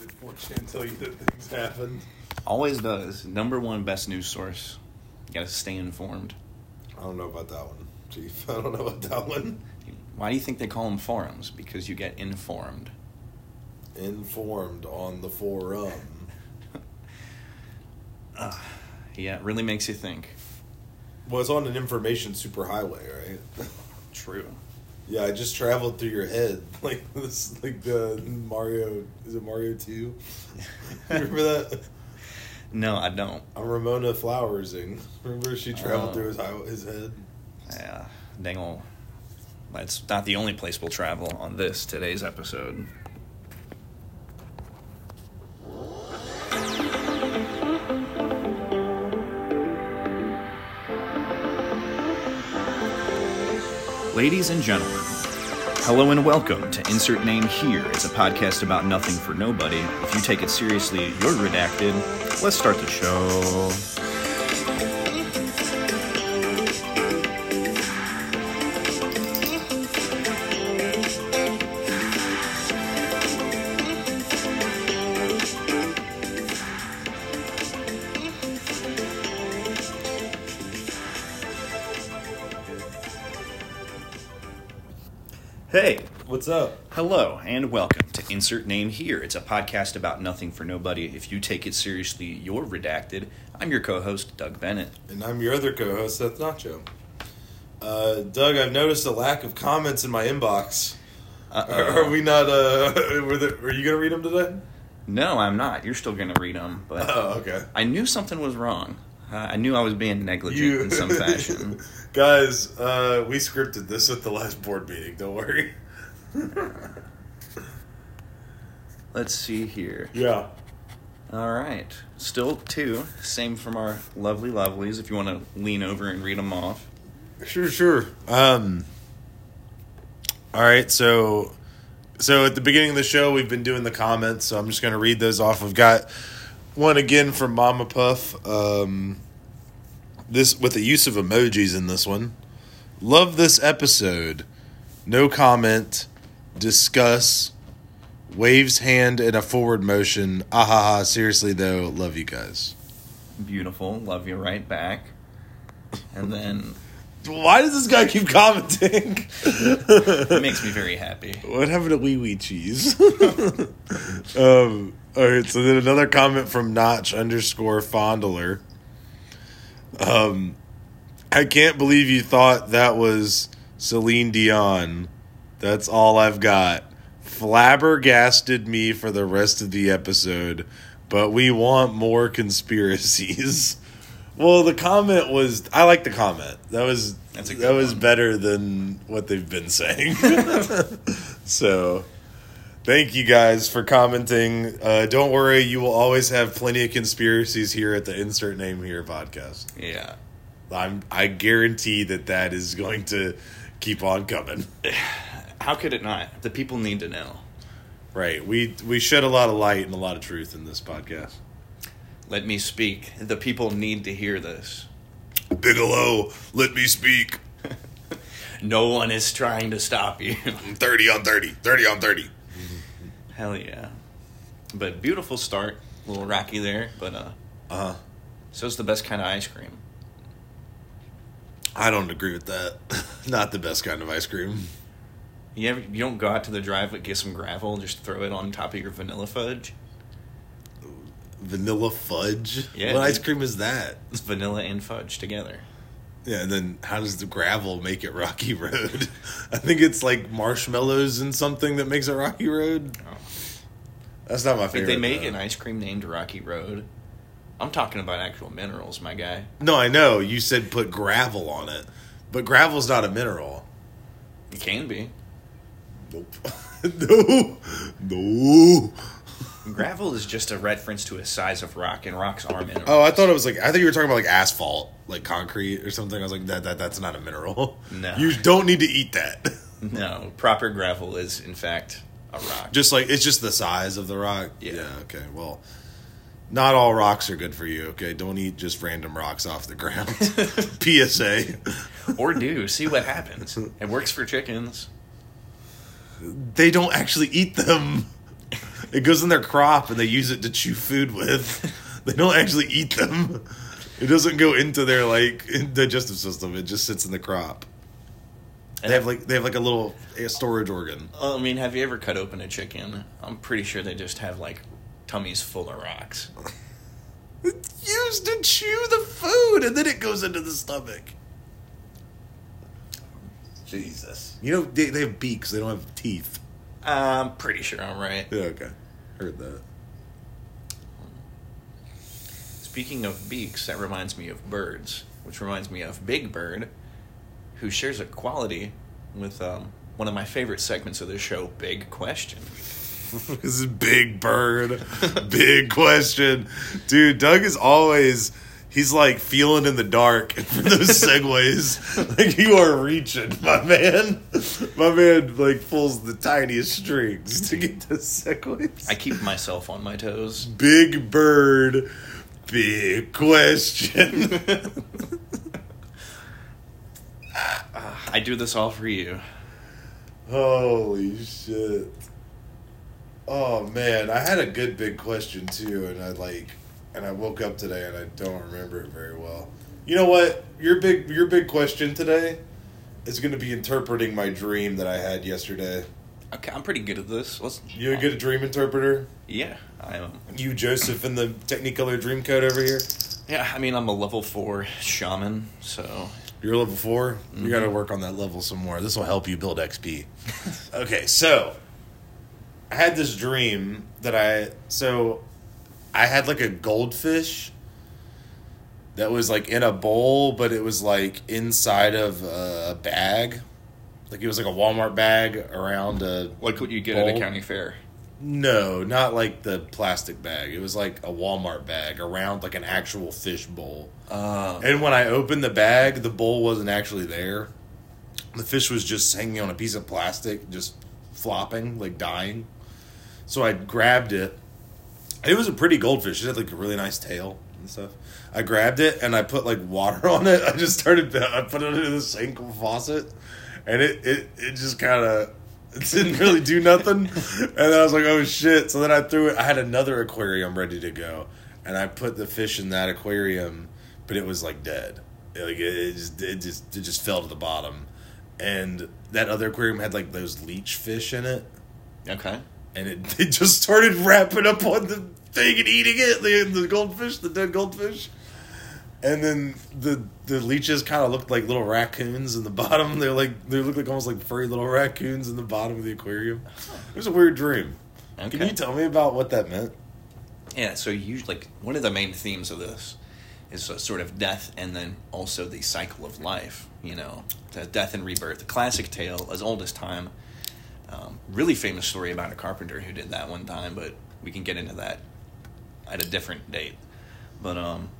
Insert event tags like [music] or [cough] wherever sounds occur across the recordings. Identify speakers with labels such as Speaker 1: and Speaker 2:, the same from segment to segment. Speaker 1: Did 4chan tell you that things happened?
Speaker 2: Always does. Number one best news source. You gotta stay informed.
Speaker 1: I don't know about that one, Chief. [laughs] I don't know about that one.
Speaker 2: Why do you think they call them forums? Because you get informed. [laughs]
Speaker 1: Informed on the forum.
Speaker 2: Ugh. yeah, it really makes you think.
Speaker 1: Well, it's on an information superhighway, right? [laughs]
Speaker 2: True.
Speaker 1: yeah, I just traveled through your head [laughs] like this, like the Mario. Is it Mario Two? [laughs] Remember that?
Speaker 2: No, I don't.
Speaker 1: I'm Ramona Flowersing. Remember she traveled
Speaker 2: Oh.
Speaker 1: through his, hi- his head.
Speaker 2: Yeah, dang ol'. That's not the only place we'll travel on this today's episode. Ladies and gentlemen, hello and welcome to Insert Name Here. It's a podcast about nothing for nobody. If you take it seriously, you're redacted. Let's start the show. Hey,
Speaker 1: What's up?
Speaker 2: Hello and welcome to Insert Name Here. It's a podcast about nothing for nobody. If you take it seriously, you're redacted. I'm your co host, Doug Bennett.
Speaker 1: And I'm your other co host, Seth Nacho. Uh, Doug, I've noticed a lack of comments in my inbox. Are,
Speaker 2: Uh-oh.
Speaker 1: are we not, uh, [laughs] were, there, were you going to read them
Speaker 2: [laughs]
Speaker 1: today?
Speaker 2: No, I'm not. You're still going to read them, but
Speaker 1: Oh, okay.
Speaker 2: I knew something was wrong. Uh, I knew I was being negligent
Speaker 1: [laughs]
Speaker 2: in some fashion.
Speaker 1: Guys, uh, we scripted this at the last board meeting, don't worry.
Speaker 2: Let's see here.
Speaker 1: Yeah.
Speaker 2: All right. Still two. Same from our lovely lovelies if you want to lean over and read them off.
Speaker 1: Sure, sure. Um, all right, so so at the beginning of the show, we've been doing the comments, so I'm just going to read those off. We've got one again from Mama Puff. Um, this with the use of emojis in this one. Love this episode. No comment. Discuss. Waves hand in a forward motion. Ah ha ha. Seriously though, love you guys.
Speaker 2: Beautiful. Love you right back. And then
Speaker 1: Why does this guy keep commenting? [laughs]
Speaker 2: it makes me very happy.
Speaker 1: What happened to wee wee cheese? [laughs] um, all right, so then another comment from Notch underscore Fondler. Um, I can't believe you thought that was Celine Dion. That's all I've got. Flabbergasted me for the rest of the episode, but we want more conspiracies. [laughs] Well, the comment was I like the comment. That was
Speaker 2: That's a
Speaker 1: that
Speaker 2: good
Speaker 1: was
Speaker 2: one.
Speaker 1: better than what they've been saying. [laughs] so, thank you guys for commenting. Uh, don't worry, you will always have plenty of conspiracies here at the Insert Name Here podcast.
Speaker 2: Yeah.
Speaker 1: I'm I guarantee that that is going to keep on coming.
Speaker 2: How could it not? The people need to know.
Speaker 1: Right. We we shed a lot of light and a lot of truth in this podcast.
Speaker 2: Let me speak. The people need to hear this.
Speaker 1: Bigelow, let me speak.
Speaker 2: No one is trying to stop you. [laughs]
Speaker 1: I'm 30 on 30. 30 on 30.
Speaker 2: Hell yeah. But beautiful start. A little rocky there, but uh
Speaker 1: Uh,
Speaker 2: so it's the best kind of ice cream.
Speaker 1: I don't agree with that. [laughs] Not the best kind of ice cream.
Speaker 2: You ever you don't go out to the driveway, get some gravel, just throw it on top of your vanilla fudge?
Speaker 1: Vanilla fudge?
Speaker 2: Yeah,
Speaker 1: what
Speaker 2: dude.
Speaker 1: ice cream is that?
Speaker 2: It's vanilla and fudge together.
Speaker 1: Yeah, and then how does the gravel make it Rocky Road? [laughs] I think it's like marshmallows and something that makes it Rocky Road.
Speaker 2: Oh.
Speaker 1: That's not my
Speaker 2: Like
Speaker 1: favorite.
Speaker 2: they make
Speaker 1: though.
Speaker 2: an ice cream named Rocky Road. I'm talking about actual minerals, my guy.
Speaker 1: No, I know. You said put gravel on it, but gravel's not a mineral.
Speaker 2: It can be.
Speaker 1: Nope. [laughs] no. No.
Speaker 2: Gravel is just a reference to a size of rock, and rocks are minerals.
Speaker 1: Oh, I thought it was like I thought you were talking about like asphalt, like concrete or something. I was like, that, that that's not a mineral.
Speaker 2: No.
Speaker 1: You don't need to eat that. [laughs]
Speaker 2: No, proper gravel is in fact a rock.
Speaker 1: just like it's just the size of the rock.
Speaker 2: Yeah.
Speaker 1: okay. Well, not all rocks are good for you. Okay. Don't eat just random rocks off the [laughs] ground. PSA.
Speaker 2: or do see what happens. It works for chickens.
Speaker 1: They don't actually eat them. It goes in their crop and they use it to chew food with. they don't actually eat them. It doesn't go into their like digestive system. It just sits in the crop. They have like they have like a little a storage organ.
Speaker 2: I mean, have you ever cut open a chicken? I'm pretty sure they just have like tummies full of rocks.
Speaker 1: It's used to chew the food and then it goes into the stomach.
Speaker 2: Jesus.
Speaker 1: You know they, they have beaks. They don't have teeth.
Speaker 2: I'm pretty sure I'm right.
Speaker 1: Yeah, okay, heard that.
Speaker 2: Speaking of beaks, that reminds me of birds, which reminds me of Big Bird, who shares a quality with um, one of my favorite segments of the show, Big Question.
Speaker 1: this is big bird big question dude doug is always he's like feeling in the dark [laughs] for those segues like you are reaching my man my man like pulls the tiniest strings to get those segues
Speaker 2: I keep myself on my toes.
Speaker 1: big bird big question
Speaker 2: I do this all for you.
Speaker 1: holy shit oh man i had a good big question too and i like and i woke up today and i don't remember it very well you know what your big your big question today is going to be interpreting my dream that i had yesterday
Speaker 2: Okay, I'm pretty good at this. Let's.
Speaker 1: you a good dream interpreter
Speaker 2: Yeah, I am.
Speaker 1: you joseph in the technicolor dream code over here
Speaker 2: Yeah, I mean, I'm a level four shaman, so
Speaker 1: You're level 4 You got to work on that level some more. This will help you build XP. okay, so I had this dream that I so I had like a goldfish that was like in a bowl, but it was like inside of a bag. Like it was like a Walmart bag around a
Speaker 2: like what you get at
Speaker 1: Bowl.
Speaker 2: a county fair.
Speaker 1: no, not like the plastic bag. It was like a Walmart bag around like an actual fish bowl.
Speaker 2: Uh,
Speaker 1: And when I opened the bag, the bowl wasn't actually there. The fish was just hanging on a piece of plastic, just flopping, like dying. So I grabbed it. It was a pretty goldfish. It had like a really nice tail and stuff. I grabbed it and I put like water [laughs] on it. I just started. I put it in the sink faucet, and it it it just kind of it [laughs] didn't really do nothing. And then I was like, oh shit! So then I threw it. I had another aquarium ready to go, and I put the fish in that aquarium, but it was like dead. Like it, it just it just it just fell to the bottom, and that other aquarium had like those leech fish in it
Speaker 2: okay.
Speaker 1: and it, [laughs] it just started wrapping up on the thing and eating it the, the goldfish the dead goldfish and then the the leeches kind of looked like little raccoons in the [laughs] bottom they're like they look like almost like furry little raccoons in the bottom of the aquarium it was a weird dream can
Speaker 2: Okay.
Speaker 1: you tell me about what that meant
Speaker 2: Yeah, so usually, like, one of the main themes of this is uh, sort of death and then also the cycle of life, you know, the death and rebirth. The classic tale, as old as time. Um, really famous story about a carpenter who did that one time, but we can get into that at a different date. But, um,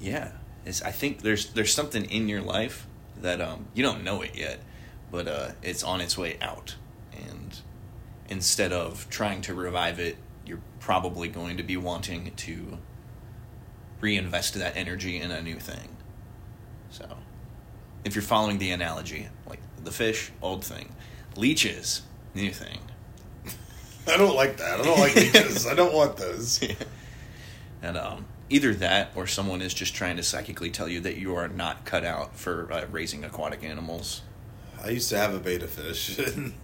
Speaker 2: yeah, it's, I think there's, there's something in your life that um, you don't know it yet, but uh, it's on its way out. And instead of trying to revive it, you're probably going to be wanting to reinvest that energy in a new thing. So, if you're following the analogy, like the fish, old thing, leeches, new [laughs] thing.
Speaker 1: i don't like that i don't like leeches i don't want
Speaker 2: [laughs]
Speaker 1: those
Speaker 2: And um, either that or someone is just trying to psychically tell you that you are not cut out for uh, raising aquatic animals.
Speaker 1: i used to have a beta fish [laughs] and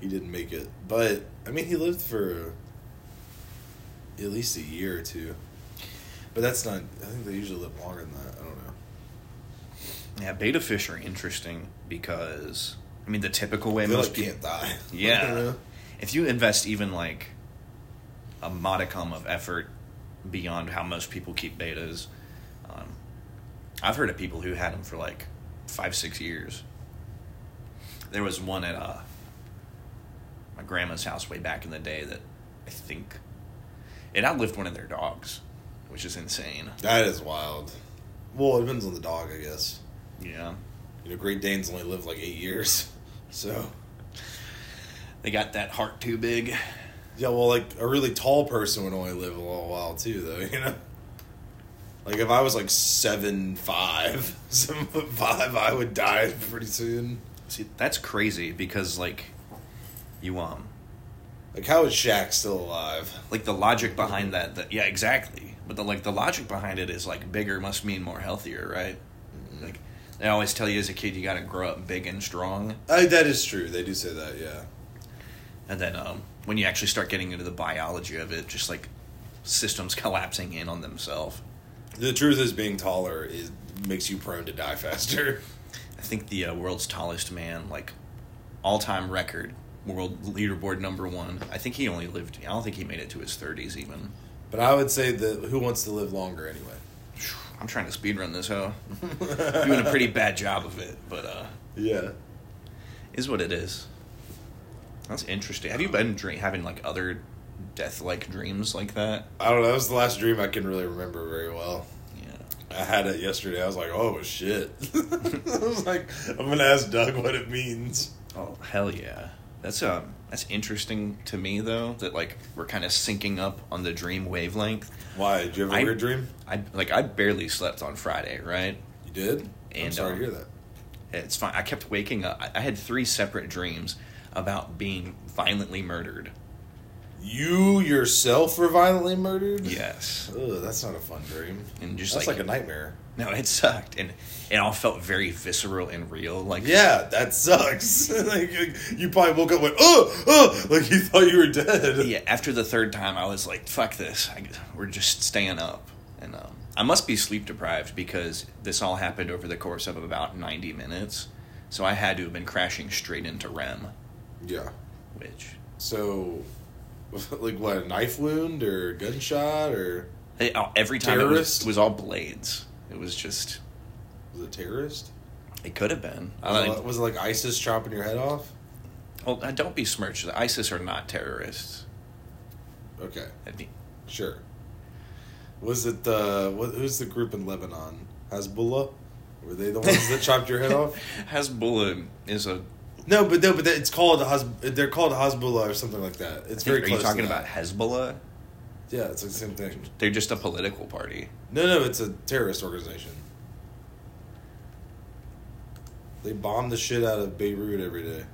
Speaker 1: he didn't make it but i mean he lived for at least a year or two but that's not i think they usually live longer than that i don't know
Speaker 2: Yeah, beta fish are interesting because, I mean, the typical way most people.
Speaker 1: die.
Speaker 2: Yeah. If you invest even like a modicum of effort beyond how most people keep betas, um, I've heard of people who had them for like five, six years. There was one at uh, my grandma's house way back in the day that I think it outlived one of their dogs, which is insane.
Speaker 1: [laughs] that is wild. Well, it depends on the dog, I guess.
Speaker 2: Yeah.
Speaker 1: You know, Great Danes only live like eight years, [laughs] so
Speaker 2: They got that heart too big.
Speaker 1: yeah. Well, like a really tall person would only live a little while too, though. [laughs] You know, like if I was like seven five, [laughs] seven foot five, I would die pretty soon.
Speaker 2: See, that's crazy because like you um
Speaker 1: Like, how is Shaq still alive?
Speaker 2: Like the logic behind that, that yeah, exactly. But the like the logic behind it is like bigger must mean more healthier, right? Like they always tell you as a kid, you got to grow up big and strong,
Speaker 1: Uh, that is true. They do say that, yeah.
Speaker 2: and then um, when you actually start getting into the biology of it, just like systems [laughs] collapsing in on themselves.
Speaker 1: The truth is, being taller is makes you prone to die [laughs] faster.
Speaker 2: I think the uh, world's tallest man, like all time record, world leaderboard number one. I think he only lived. I don't think he made it to his thirties even.
Speaker 1: But I would say that who wants to live longer anyway?
Speaker 2: I'm trying to speedrun this hoe. Doing a pretty bad job of it, but uh,
Speaker 1: [laughs] Yeah.
Speaker 2: is what it is. That's interesting. Have you been dream- having like other death like dreams like that?
Speaker 1: I don't know. That was the last dream I can really remember very well.
Speaker 2: Yeah.
Speaker 1: I had it yesterday. I was like, oh shit. [laughs] I was like, I'm gonna ask Doug what it means.
Speaker 2: Oh hell yeah. That's um that's interesting to me though that like we're kind of syncing up on the dream wavelength.
Speaker 1: Why? Did you have a
Speaker 2: I-
Speaker 1: weird dream?
Speaker 2: I like I barely slept on Friday, right?
Speaker 1: You did. I'm
Speaker 2: And,
Speaker 1: sorry
Speaker 2: um,
Speaker 1: to hear that.
Speaker 2: It's fine. I kept waking up. I- I had three separate dreams about being violently murdered.
Speaker 1: You yourself were violently murdered.
Speaker 2: Yes.
Speaker 1: Ugh, that's not a fun dream.
Speaker 2: And just
Speaker 1: that's
Speaker 2: like,
Speaker 1: like, a
Speaker 2: [laughs]
Speaker 1: nightmare.
Speaker 2: no, it sucked, and it all felt very visceral and real. Like
Speaker 1: Yeah, that sucks. [laughs] like you probably woke up and went, oh, oh, like you thought you were dead.
Speaker 2: yeah, after the third time, I was like, "Fuck this! I, we're just staying up." And um, I must be sleep deprived because this all happened over the course of about ninety minutes. So I had to have been crashing straight into REM,
Speaker 1: Yeah.
Speaker 2: which
Speaker 1: So, [laughs] like, what? A knife wound or a gunshot or
Speaker 2: it, oh, every time it was,
Speaker 1: Terrorist?
Speaker 2: it was all blades. It was just
Speaker 1: was it a terrorist?
Speaker 2: it could have been.
Speaker 1: Was,
Speaker 2: I,
Speaker 1: it, was it like ISIS chopping your head off?
Speaker 2: well, uh, don't besmirch the ISIS are not terrorists.
Speaker 1: Okay,
Speaker 2: I mean,
Speaker 1: sure. Was it the what, who's the group in Lebanon? Hezbollah? Were they [laughs] the ones that chopped your head off?
Speaker 2: [laughs] Hezbollah is a.
Speaker 1: No, but no, but it's called Hez, they're called Hezbollah or something like that. It's very.
Speaker 2: are
Speaker 1: close
Speaker 2: you talking
Speaker 1: to that.
Speaker 2: about Hezbollah?
Speaker 1: Yeah, it's like the same thing.
Speaker 2: They're just a political party.
Speaker 1: No, no, it's a terrorist organization. They bomb the shit out of Beirut every day.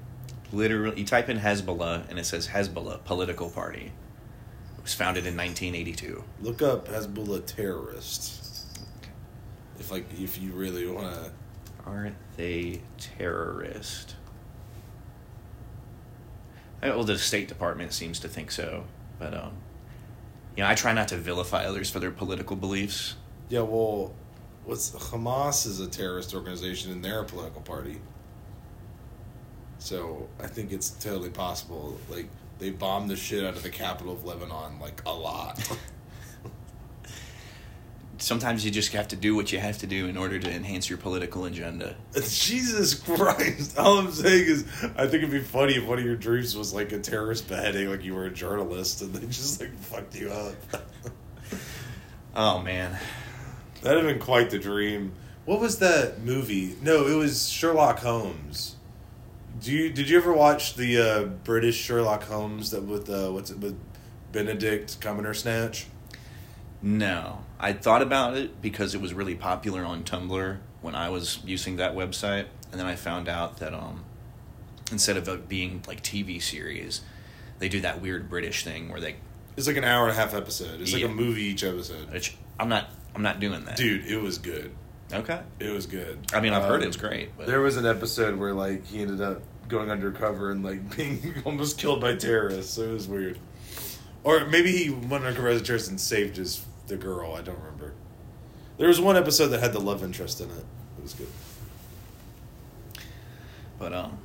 Speaker 2: literally you type in hezbollah and it says hezbollah political party it was founded in 1982
Speaker 1: Look up Hezbollah terrorists. If like if you really want to,
Speaker 2: aren't they terrorist I- well the state department seems to think so but um you know i try not to vilify others for their political beliefs [laughs]
Speaker 1: yeah. Well, what's Hamas is a terrorist organization and they're a political party. So I think it's totally possible. Like they bombed the shit out of the capital of Lebanon like a lot. [laughs]
Speaker 2: sometimes you just have to do what you have to do in order to enhance your political agenda
Speaker 1: Jesus Christ! [laughs] All I'm saying is, I think it'd be funny if one of your dreams was like a terrorist beheading, like you were a journalist, and they just like fucked you up. [laughs]
Speaker 2: oh man
Speaker 1: That'd have been quite the dream. What was that movie? No, it was Sherlock Holmes. Do you did you ever watch the uh, British Sherlock Holmes that with uh, what's it with Benedict Cumbersnatch?
Speaker 2: No, I thought about it because it was really popular on Tumblr when I was using that website, and then I found out that um, instead of it being like TV series, they do that weird British thing where they,
Speaker 1: It's like an hour and a half episode. It's like
Speaker 2: Yeah.
Speaker 1: a movie each episode.
Speaker 2: which I'm not, I'm not doing that,
Speaker 1: Dude, it was good.
Speaker 2: Okay,
Speaker 1: It was good.
Speaker 2: I mean I've heard
Speaker 1: Um,
Speaker 2: it was great, but
Speaker 1: There was an episode where like he ended up going undercover and like [laughs] being almost killed by terrorists. It was weird. Or maybe he went undercover as a terrorist and saved his the girl. I don't remember. There was one episode that had the love interest in it. It was good.
Speaker 2: but um,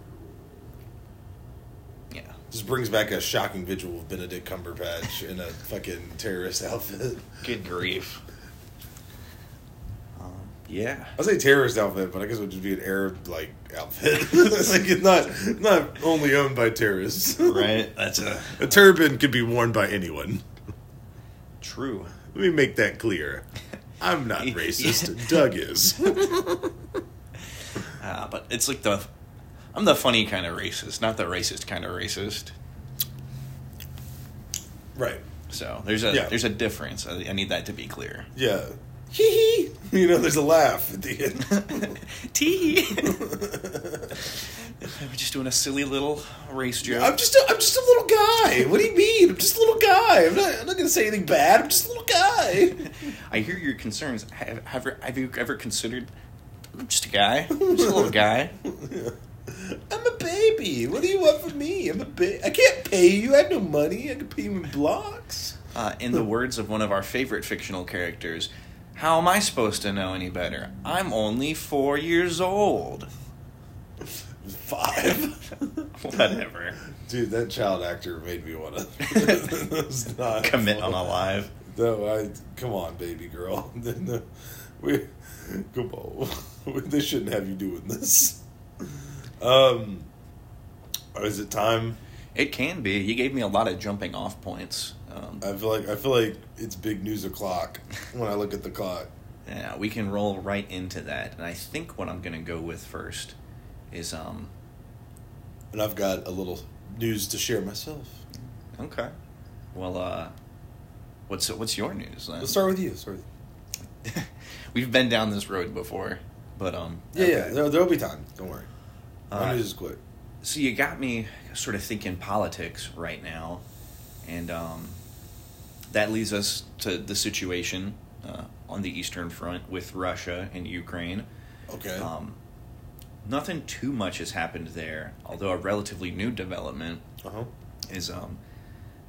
Speaker 2: yeah,
Speaker 1: Just brings back a shocking visual of Benedict Cumberbatch in a fucking terrorist outfit.
Speaker 2: good grief. Um, yeah,
Speaker 1: I say terrorist outfit, but I guess it would just be an Arab like outfit. [laughs] It's like it's not not only owned by terrorists.
Speaker 2: right. That's a
Speaker 1: A turban could be worn by anyone.
Speaker 2: true.
Speaker 1: Let me make that clear. I'm
Speaker 2: [laughs]
Speaker 1: not racist. Doug is.
Speaker 2: Uh, but it's like the, I'm the funny kind of racist, not the racist kind of racist.
Speaker 1: right.
Speaker 2: So there's a
Speaker 1: Yeah.
Speaker 2: there's a difference. I, I need that to be clear. [laughs]
Speaker 1: Yeah. hee hee. You know, there's a laugh at the
Speaker 2: [laughs]
Speaker 1: end.
Speaker 2: Tee. [laughs] We're just doing a silly little race joke.
Speaker 1: I'm just a, I'm just a little guy. What do you mean? I'm just a little guy. I'm not, I'm not gonna say anything bad. I'm just a little guy.
Speaker 2: I hear your concerns. Have, have, have you ever considered? I'm just a guy. I'm just a little guy.
Speaker 1: I'm a baby. What do you want from me? I'm a ba- I can't pay you. I have no money. I can pay you in blocks.
Speaker 2: Uh, in the words of one of our favorite fictional characters, how am I supposed to know any better? I'm only four years old. [laughs]
Speaker 1: Five.
Speaker 2: Whatever.
Speaker 1: Dude, that child actor made me [laughs] want to
Speaker 2: [laughs] Commit on alive.
Speaker 1: No, I come on, baby girl. [laughs] uh, we come on. [laughs] they shouldn't have you doing this. Um, is it time?
Speaker 2: It can be. You gave me a lot of jumping off points. Um,
Speaker 1: I feel like I feel like it's big news o'clock when I look at the clock.
Speaker 2: yeah, we can roll right into that. And I think what I'm going to go with first is um
Speaker 1: And I've got a little news to share myself.
Speaker 2: okay. Well, uh what's what's your news? Then?
Speaker 1: Let's start with you. Start with
Speaker 2: [laughs] We've been down this road before, but um
Speaker 1: Yeah, yeah.
Speaker 2: okay.
Speaker 1: There, there'll be time. Don't worry.
Speaker 2: Uh,
Speaker 1: My news is quick.
Speaker 2: so you got me sort of thinking politics right now, and um, that leads us to the situation uh, on the Eastern Front with Russia and Ukraine.
Speaker 1: Okay.
Speaker 2: Um, nothing too much has happened there, although a relatively new development
Speaker 1: uh huh.
Speaker 2: is um,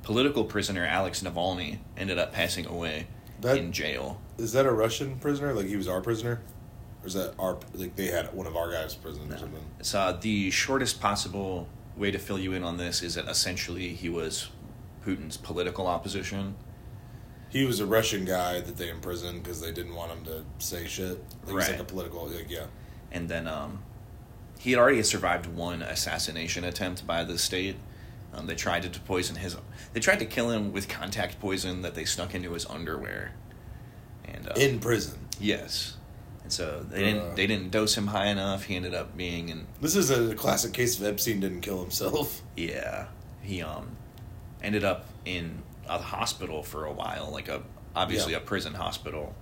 Speaker 2: political prisoner Alex Navalny ended up passing away
Speaker 1: That-
Speaker 2: in jail.
Speaker 1: Is that a Russian prisoner? Like he was our prisoner, or is that our like they had one of our guys prison or something?
Speaker 2: So uh, the shortest possible way to fill you in on this is that essentially he was Putin's political opposition.
Speaker 1: He was a Russian guy that they imprisoned because they didn't want him to say shit. Like He's
Speaker 2: Right.
Speaker 1: like a political. Like, yeah.
Speaker 2: and then um, he had already survived one assassination attempt by the state. Um, they tried to poison his. They tried to kill him with contact poison that they snuck into his underwear. And uh,
Speaker 1: In prison.
Speaker 2: yes, and so they didn't.
Speaker 1: Uh.
Speaker 2: They didn't dose him high enough. He ended up being in.
Speaker 1: This is a classic case of Epstein didn't kill himself. [laughs]
Speaker 2: Yeah, he um, ended up in a hospital for a while, like a obviously
Speaker 1: Yeah.
Speaker 2: a prison hospital.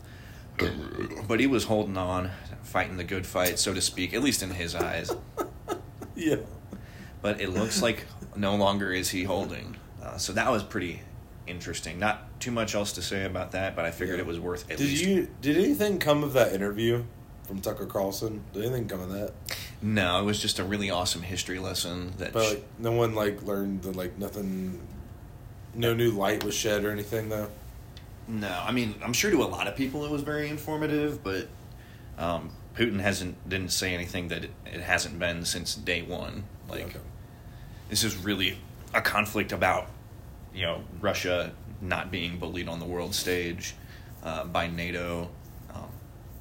Speaker 2: but he was holding on, fighting the good fight, so to speak, at least in his eyes.
Speaker 1: Yeah.
Speaker 2: but it
Speaker 1: [laughs]
Speaker 2: looks like no longer is he holding. Uh, so that was pretty interesting. Not too much else to say about that, but I figured
Speaker 1: Yeah.
Speaker 2: it was worth at
Speaker 1: Did
Speaker 2: least.
Speaker 1: you? Did anything come of that interview from Tucker Carlson? Did anything come of that?
Speaker 2: No, it was just a really awesome history lesson that
Speaker 1: But
Speaker 2: sh-
Speaker 1: like, no one like learned that like nothing. No new light was shed or anything though.
Speaker 2: No, I mean, I'm sure to a lot of people it was very informative, but um, Putin hasn't didn't say anything that it, it hasn't been since day one. Like
Speaker 1: Okay.
Speaker 2: this is really a conflict about you know Russia not being bullied on the world stage uh, by NATO um,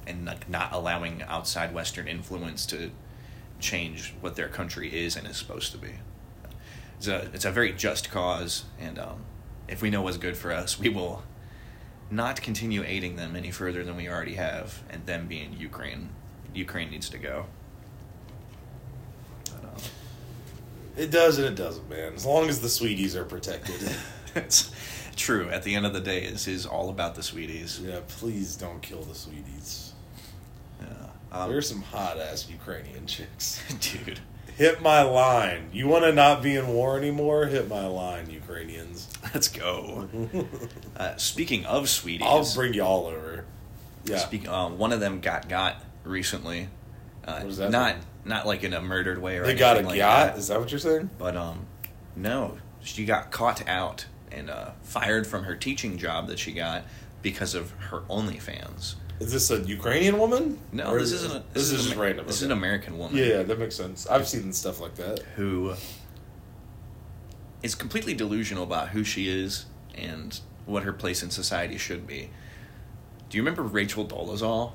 Speaker 2: and like not allowing outside Western influence to change what their country is and is supposed to be. It's a it's a very just cause, and um, if we know what's good for us, we will not continue aiding them any further than we already have, and them being Ukraine. Ukraine needs to go. But, um,
Speaker 1: It does and it doesn't, man. As long as the sweeties are protected.
Speaker 2: [laughs] it's true. At the end of the day, this is all about the sweeties.
Speaker 1: yeah, please don't kill the sweeties.
Speaker 2: Yeah. Um,
Speaker 1: There's some hot ass Ukrainian chicks.
Speaker 2: [laughs] dude.
Speaker 1: Hit my line. You want to not be in war anymore? Hit my line,
Speaker 2: [laughs]
Speaker 1: Ukrainians.
Speaker 2: Let's go. Uh, speaking of sweeties,
Speaker 1: I'll bring y'all over. Yeah.
Speaker 2: speak- um, one of them got got recently. Uh,
Speaker 1: What does that
Speaker 2: not
Speaker 1: mean?
Speaker 2: not like in a murdered way or
Speaker 1: they got a
Speaker 2: anything like
Speaker 1: yacht?
Speaker 2: that.
Speaker 1: Is that what you're saying?
Speaker 2: But um, no, she got caught out and uh, fired from her teaching job that she got because of her OnlyFans.
Speaker 1: Is this a Ukrainian woman?
Speaker 2: No,
Speaker 1: Or
Speaker 2: this
Speaker 1: is-
Speaker 2: isn't. A,
Speaker 1: this, is
Speaker 2: an
Speaker 1: just
Speaker 2: Amer-
Speaker 1: random.
Speaker 2: This is
Speaker 1: okay.
Speaker 2: an American woman.
Speaker 1: Yeah, yeah, that makes sense. I've seen stuff like that.
Speaker 2: who is completely delusional about who she is and what her place in society should be. Do you remember Rachel Dolezal?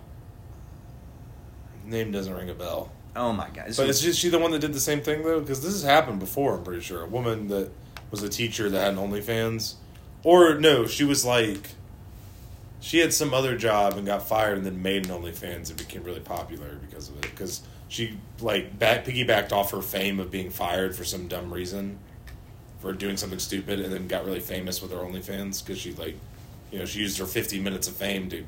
Speaker 1: Name doesn't ring a bell.
Speaker 2: Oh my god! this
Speaker 1: But
Speaker 2: was-
Speaker 1: is she- she the one that did the same thing though? Because this has happened before. I'm pretty sure a woman that was a teacher that had an OnlyFans, or no, she was like, she had some other job and got fired, and then made an OnlyFans and became really popular because of it. Because she like back piggybacked off her fame of being fired for some dumb reason, for doing something stupid, and then got really famous with her OnlyFans because she like, you know, she used her 50 minutes of fame to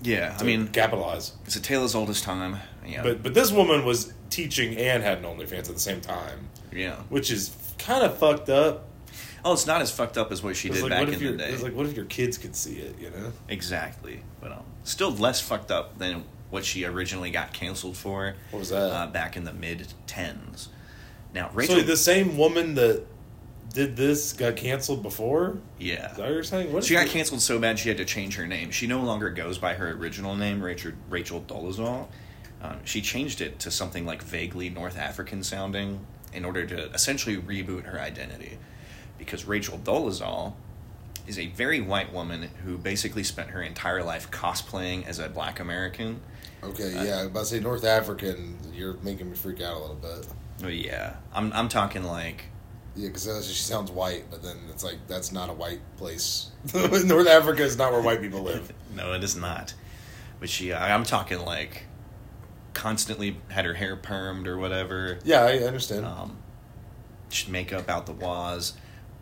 Speaker 2: Yeah, I
Speaker 3: to
Speaker 2: mean,
Speaker 3: capitalize.
Speaker 2: it's a tale as old as time. Yeah,
Speaker 3: But but this woman was teaching and had an OnlyFans at the same time,
Speaker 2: yeah.
Speaker 3: which is kind of fucked up.
Speaker 2: Oh, it's not as fucked up as what she
Speaker 3: 'Cause,
Speaker 2: did
Speaker 3: like,
Speaker 2: back
Speaker 3: what if
Speaker 2: in
Speaker 3: your,
Speaker 2: the day.
Speaker 3: It's like what if your kids could see it? You know.
Speaker 2: exactly, but um, still less fucked up than what she originally got canceled for.
Speaker 3: What was that?
Speaker 2: Uh, back in the mid tens. Now Rachel,
Speaker 3: So the same woman that did this got canceled before. Is that
Speaker 2: yeah,
Speaker 3: what you're saying? What
Speaker 2: she
Speaker 3: if
Speaker 2: got
Speaker 3: you-
Speaker 2: canceled so bad she had to change her name. She no longer goes by her original name, Rachel Rachel Dolezal. Um, she changed it to something like vaguely North African sounding in order to essentially reboot her identity, because Rachel Dolezal is a very white woman who basically spent her entire life cosplaying as a black American.
Speaker 1: Okay, yeah, I'm about to say North African. You're making me freak out a little bit.
Speaker 2: Oh yeah, I'm I'm talking like
Speaker 1: Yeah, because she sounds white, but then it's like that's not a white place. [laughs] North Africa is not where white people live.
Speaker 2: no, it is not. But she, I- I'm talking like constantly had her hair permed or whatever.
Speaker 1: Yeah, I understand.
Speaker 2: Um, she makeup out the waz.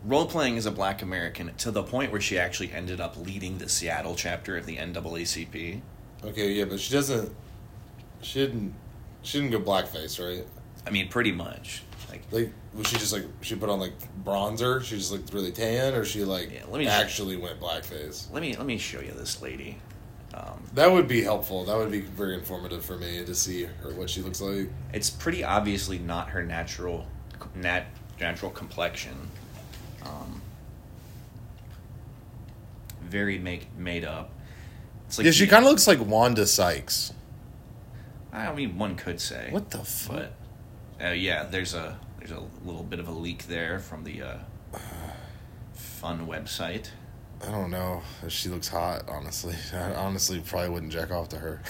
Speaker 2: Role playing as a black American to the point where she actually ended up leading the Seattle chapter of the NAACP.
Speaker 1: Okay, yeah, but she doesn't. She didn't. She didn't go blackface, right?
Speaker 2: I mean, pretty much. Like,
Speaker 1: Like, was she just like she put on like bronzer? She just looked really tan, or she like
Speaker 2: Yeah, let me-
Speaker 1: actually went blackface?
Speaker 2: let me let me show you this lady. Um,
Speaker 1: That would be helpful. That would be very informative for me to see her what she looks like.
Speaker 2: it's pretty obviously not her natural nat, natural complexion. Um, very make made up. It's like the-
Speaker 1: of looks like Wanda Sykes.
Speaker 2: I mean, one could say.
Speaker 1: the fuck?
Speaker 2: But uh, yeah, there's a there's a little bit of a leak there from the uh, fun website.
Speaker 1: I don't know. She looks hot, honestly. [laughs] I honestly probably wouldn't jack off to
Speaker 2: [laughs]
Speaker 1: her.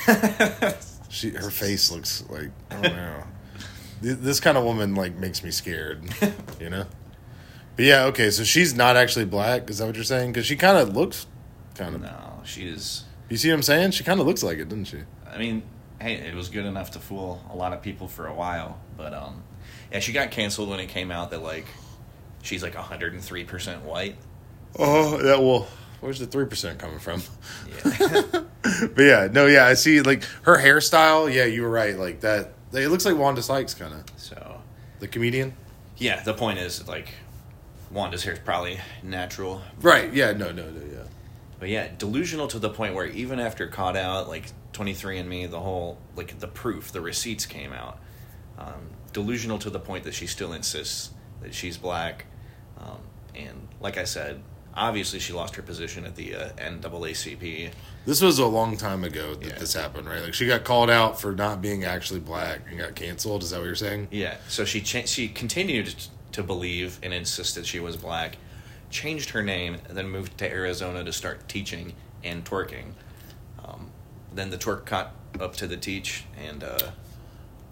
Speaker 1: She her face looks like I don't know. Th- this kind of woman like makes me
Speaker 2: [laughs]
Speaker 1: scared, you know. But yeah, okay. So she's not actually black. Is that what you're saying? Because she kind of looks kind of.
Speaker 2: no, she is.
Speaker 1: You see what I'm saying? She kind of looks like it, doesn't she?
Speaker 2: I mean, hey, it was good enough to fool a lot of people for a while, but um, yeah, she got canceled when it came out that like she's like 103 percent white.
Speaker 1: Oh, that well. Where's the three percent coming from? [laughs]
Speaker 2: Yeah.
Speaker 1: But yeah, no, yeah. I see. Like her hairstyle. Yeah, you were right. Like that. It looks like Wanda Sykes, kind of
Speaker 2: so
Speaker 1: the comedian.
Speaker 2: yeah, the point is like Wanda's hair is probably natural,
Speaker 1: Right. Yeah. No. No. No. Yeah.
Speaker 2: But yeah, delusional to the point where even after caught out, like 23andMe, the whole, like the proof, the receipts came out. Um, delusional to the point that she still insists that she's black. Um, and like I said, obviously she lost her position at the uh, NAACP.
Speaker 1: This was a long time ago that
Speaker 2: Yeah.
Speaker 1: this happened, right? Like she got called out for not being actually black and got canceled. Is that what you're saying?
Speaker 2: Yeah, so she cha- she continued t- to believe and insist that she was black, changed her name, and then moved to Arizona to start teaching and twerking. Um, then the twerk caught up to the teach, and uh,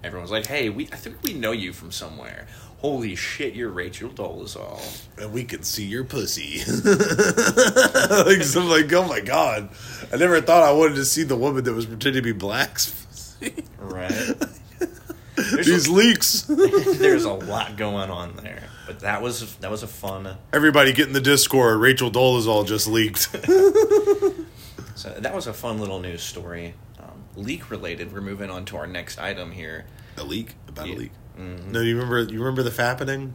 Speaker 2: everyone was like, "Hey, we I think we know you from somewhere." Holy shit, you're Rachel Dolezal.
Speaker 1: And we can see your pussy. [laughs] like, so I'm like, oh my god, I never thought I wanted to see the woman that was pretending to be [laughs] black's pussy.
Speaker 2: Right?
Speaker 1: These leaks.
Speaker 2: There's a lot going on there, but that was that was a fun.
Speaker 1: Everybody get in the Discord. Rachel Dolezal just leaked.
Speaker 2: [laughs] So that was a fun little news story. Um, leak related. We're moving on to our next item here.
Speaker 1: a leak about
Speaker 2: Yeah. Mm-hmm.
Speaker 1: a leak. No, you remember? You remember the fappening?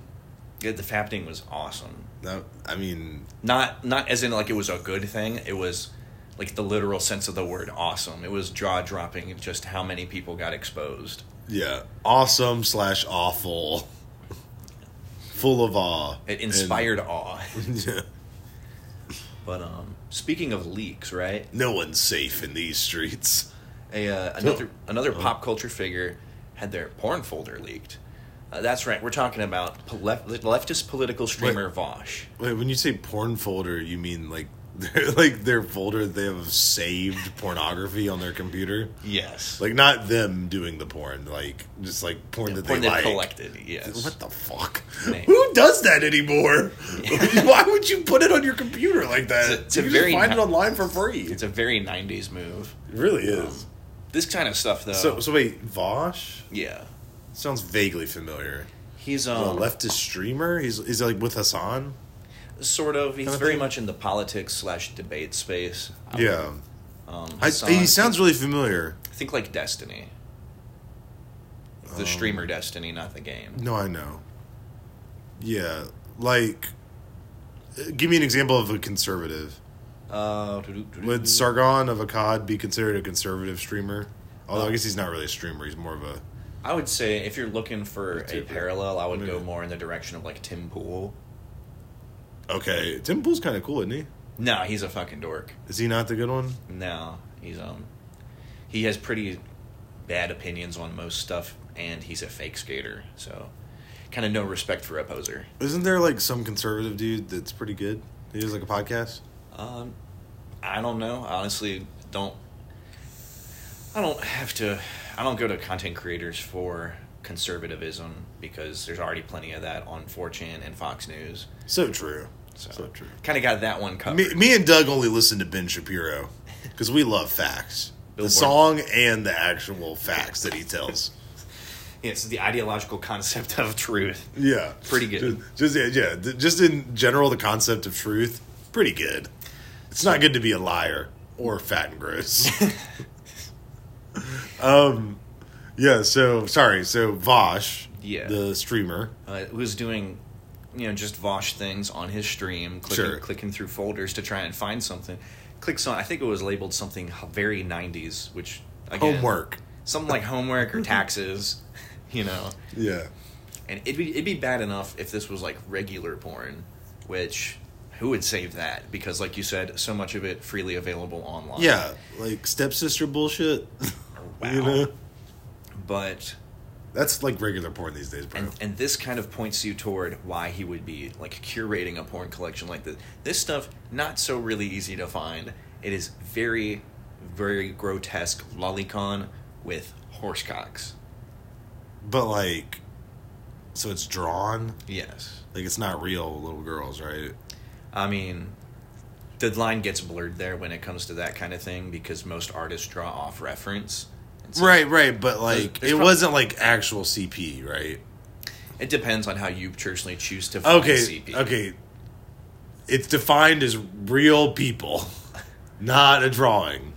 Speaker 2: Yeah, the fappening was awesome.
Speaker 1: That I mean,
Speaker 2: Not not as in like it was a good thing. It was like the literal sense of the word awesome. It was jaw dropping just how many people got exposed.
Speaker 1: yeah, awesome slash awful, full of awe.
Speaker 2: It
Speaker 1: And-
Speaker 2: inspired awe. [laughs]
Speaker 1: [laughs] yeah.
Speaker 2: But um, speaking of leaks, right?
Speaker 1: No one's safe in these streets.
Speaker 2: A uh, another another
Speaker 1: Uh-huh.
Speaker 2: pop culture figure had their porn folder leaked. Uh, that's right. We're talking about po- left, leftist political streamer Vosh.
Speaker 1: Wait, when you say porn folder, you mean like [laughs] their like their folder they have saved pornography on their computer?
Speaker 2: Yes,
Speaker 1: Like not them doing the porn, like just like porn that
Speaker 2: porn
Speaker 1: they
Speaker 2: they
Speaker 1: like.
Speaker 2: collected. Yes,
Speaker 1: What the fuck?
Speaker 2: Man.
Speaker 1: Who does that anymore? [laughs] Why would you put it on your computer like that?
Speaker 2: It's a- it's
Speaker 1: you
Speaker 2: a
Speaker 1: can
Speaker 2: very
Speaker 1: just find
Speaker 2: ni-
Speaker 1: it online for free. It
Speaker 2: it's a very '90s move.
Speaker 1: really is.
Speaker 2: This kind of stuff, though.
Speaker 1: so so wait, Vosh
Speaker 2: yeah,
Speaker 1: sounds vaguely familiar.
Speaker 2: he's
Speaker 1: A
Speaker 2: um,
Speaker 1: leftist streamer. He's is like with Hassan.
Speaker 2: sort of he's
Speaker 1: Kinda
Speaker 2: very
Speaker 1: thing?
Speaker 2: much in the politics slash debate space
Speaker 1: Yeah.
Speaker 2: Um,
Speaker 1: I,
Speaker 2: Hassan,
Speaker 1: he sounds really familiar.
Speaker 2: I think like Destiny. The
Speaker 1: Um,
Speaker 2: streamer Destiny, not the game.
Speaker 1: No, I know. Yeah, like, uh, give me an example of a conservative.
Speaker 2: Uh,
Speaker 1: Would Sargon of Akkad be considered a conservative streamer?
Speaker 2: Uh,
Speaker 1: Although I guess he's not really a streamer; he's more of a
Speaker 2: I would say if you're looking for a
Speaker 1: YouTuber.
Speaker 2: parallel, I would go
Speaker 1: Maybe.
Speaker 2: more in the direction of like Tim Pool.
Speaker 1: okay. Tim Pool's kind of cool, isn't he?
Speaker 2: No, he's a fucking dork.
Speaker 1: Is he not the good one?
Speaker 2: No, he's um, he has pretty bad opinions on most stuff, and he's a fake skater, so kind of no respect for a poser.
Speaker 1: Isn't there like some conservative dude that's pretty good? He does like a podcast.
Speaker 2: Um, I don't know. I honestly don't. I don't have to. I don't go to content creators for conservatism because there's already plenty of that on 4chan and Fox News.
Speaker 1: So true.
Speaker 2: So,
Speaker 1: So, true.
Speaker 2: Kind of got that one covered.
Speaker 1: Me, me and Doug only listen to Ben Shapiro because we love facts. The
Speaker 2: Billboard.
Speaker 1: song and the actual facts that he tells.
Speaker 2: Yeah, it's the ideological concept of truth.
Speaker 1: Yeah,
Speaker 2: Pretty good.
Speaker 1: Just, just- yeah, yeah. th- Just in general, the concept of truth, pretty good. It's not good to be a liar or fat and [laughs] gross. um, yeah. So sorry. So Vosh,
Speaker 2: Yeah.
Speaker 1: the streamer.
Speaker 2: Uh, who's doing, you know, just Vosh things on his stream, clicking,
Speaker 1: Sure.
Speaker 2: clicking through folders to try and find something. Clicks on, I think it was labeled something h- very 90s, which, again,
Speaker 1: Homework.
Speaker 2: Something like homework or taxes, [laughs] you know.
Speaker 1: Yeah.
Speaker 2: And it'd be, it'd be bad enough if this was like regular porn, which who would save that? Because, like you said, so much of it freely available online. Oh,
Speaker 1: Yeah, like stepsister bullshit.
Speaker 2: Wow.
Speaker 1: You know?
Speaker 2: But
Speaker 1: That's like regular porn these days, bro.
Speaker 2: And, and this kind of points you toward why he would be like curating a porn collection like this. This stuff not so really easy to find. It is very, very grotesque lolicon with horsecocks.
Speaker 1: But like, so it's drawn.
Speaker 2: Yes,
Speaker 1: Like it's not real little girls, right?
Speaker 2: I mean, the line gets blurred there when it comes to that kind of thing because most artists draw off reference. And so
Speaker 1: Right, right. But like,
Speaker 2: There's
Speaker 1: it
Speaker 2: prob-
Speaker 1: wasn't like actual CP, right?
Speaker 2: It depends on how you personally choose to find
Speaker 1: Okay,
Speaker 2: CP.
Speaker 1: okay. It's defined as real people, [laughs] not a drawing.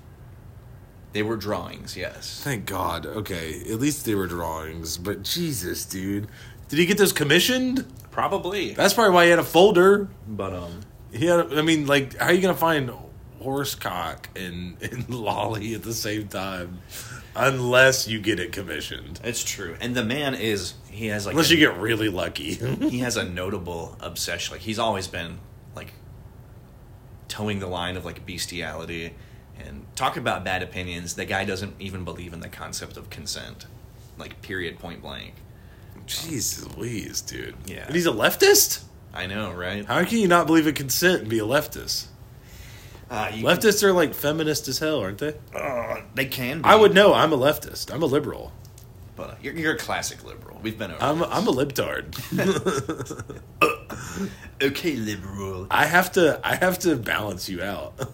Speaker 2: They were drawings, yes.
Speaker 1: Thank God. Okay, at least they were drawings. But Jesus, dude, did he get those commissioned?
Speaker 2: Probably.
Speaker 1: That's probably why he had a folder.
Speaker 2: But, um,.
Speaker 1: He had. I mean, like, how are you gonna find horsecock and [laughs] and lolly at the same time, unless you get it commissioned?
Speaker 2: It's true. And the man is he has like
Speaker 1: Unless
Speaker 2: a-
Speaker 1: you get really lucky. [laughs]
Speaker 2: he has a notable obsession. Like he's always been like towing the line of like bestiality and talk about bad opinions. The guy doesn't even believe in the concept of consent. Like period point blank.
Speaker 1: Jeez Louise, dude.
Speaker 2: Yeah.
Speaker 1: And he's a leftist?
Speaker 2: I know, right?
Speaker 1: How can you not believe in consent and be a leftist?
Speaker 2: Uh, you
Speaker 1: Leftists are like feminist as hell, aren't they?
Speaker 2: can- they can. Be,
Speaker 1: I would know. I'm a leftist. I'm a liberal.
Speaker 2: But uh, you're, you're a classic liberal. We've been over.
Speaker 1: I'm I'm a libtard.
Speaker 2: okay, liberal.
Speaker 1: I have to I have to balance you out. [laughs]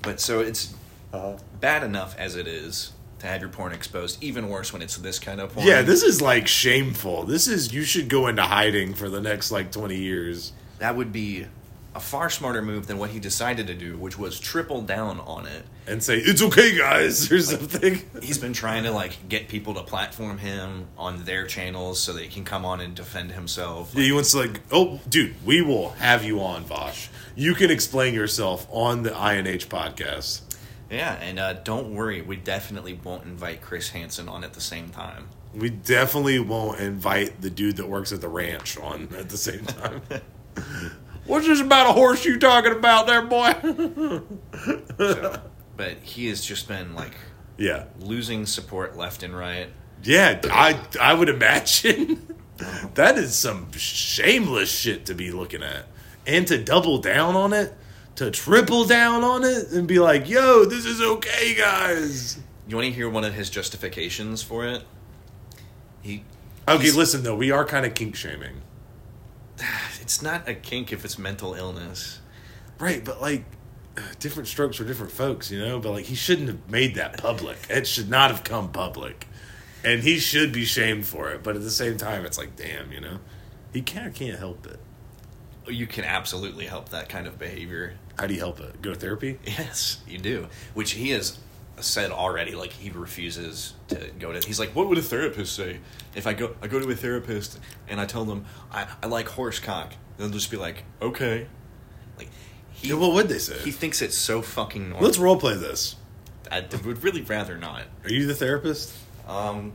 Speaker 2: But so it's uh, bad enough as it is to have your porn exposed. Even worse when it's this kind of porn.
Speaker 1: Yeah, this is like shameful. This is you should go into hiding for the next like 20 years.
Speaker 2: that would be a far smarter move than what he decided to do, which was triple down on it.
Speaker 1: And say it's okay, guys, or [laughs] something.
Speaker 2: He's been trying to like get people to platform him on their channels so that he can come on and defend himself.
Speaker 1: Yeah, he wants to like, oh, dude, we will have you on, Vosh. You can explain yourself on the INH podcast.
Speaker 2: Yeah, and uh, don't worry, we definitely won't invite Chris Hansen on at the same time.
Speaker 1: We definitely won't invite the dude that works at the ranch on at the same time. What's this about a horse you talking about there, boy? [laughs]
Speaker 2: So, but he has just been like
Speaker 1: yeah.
Speaker 2: losing support left and right.
Speaker 1: Yeah, I I would imagine [laughs] that is some shameless shit to be looking at. And to double down on it, to triple down on it and be like, "Yo, this is okay, guys."
Speaker 2: You want to hear one of his justifications for it? He
Speaker 1: Okay, listen though, we are kind of kink shaming.
Speaker 2: it's not a kink if it's mental illness.
Speaker 1: Right, but like different strokes for different folks, you know? But like he shouldn't have made that public. It should not have come public. And he should be shamed for it. But at the same time, it's like, damn, you know? He kind of can't help it.
Speaker 2: you can absolutely help that kind of behavior. [laughs]
Speaker 1: How do you help it? Go to therapy?
Speaker 2: Yes, you do. Which he has said already. Like he refuses to go to. He's like, what would a therapist say if I go? I go to a therapist and I tell them I, I like horse cock. They'll just be like, okay. Like he
Speaker 1: Yeah, what would they say?
Speaker 2: he thinks it's so fucking normal.
Speaker 1: Let's role play this.
Speaker 2: I d- would really rather not.
Speaker 1: Are you the therapist?
Speaker 2: Um,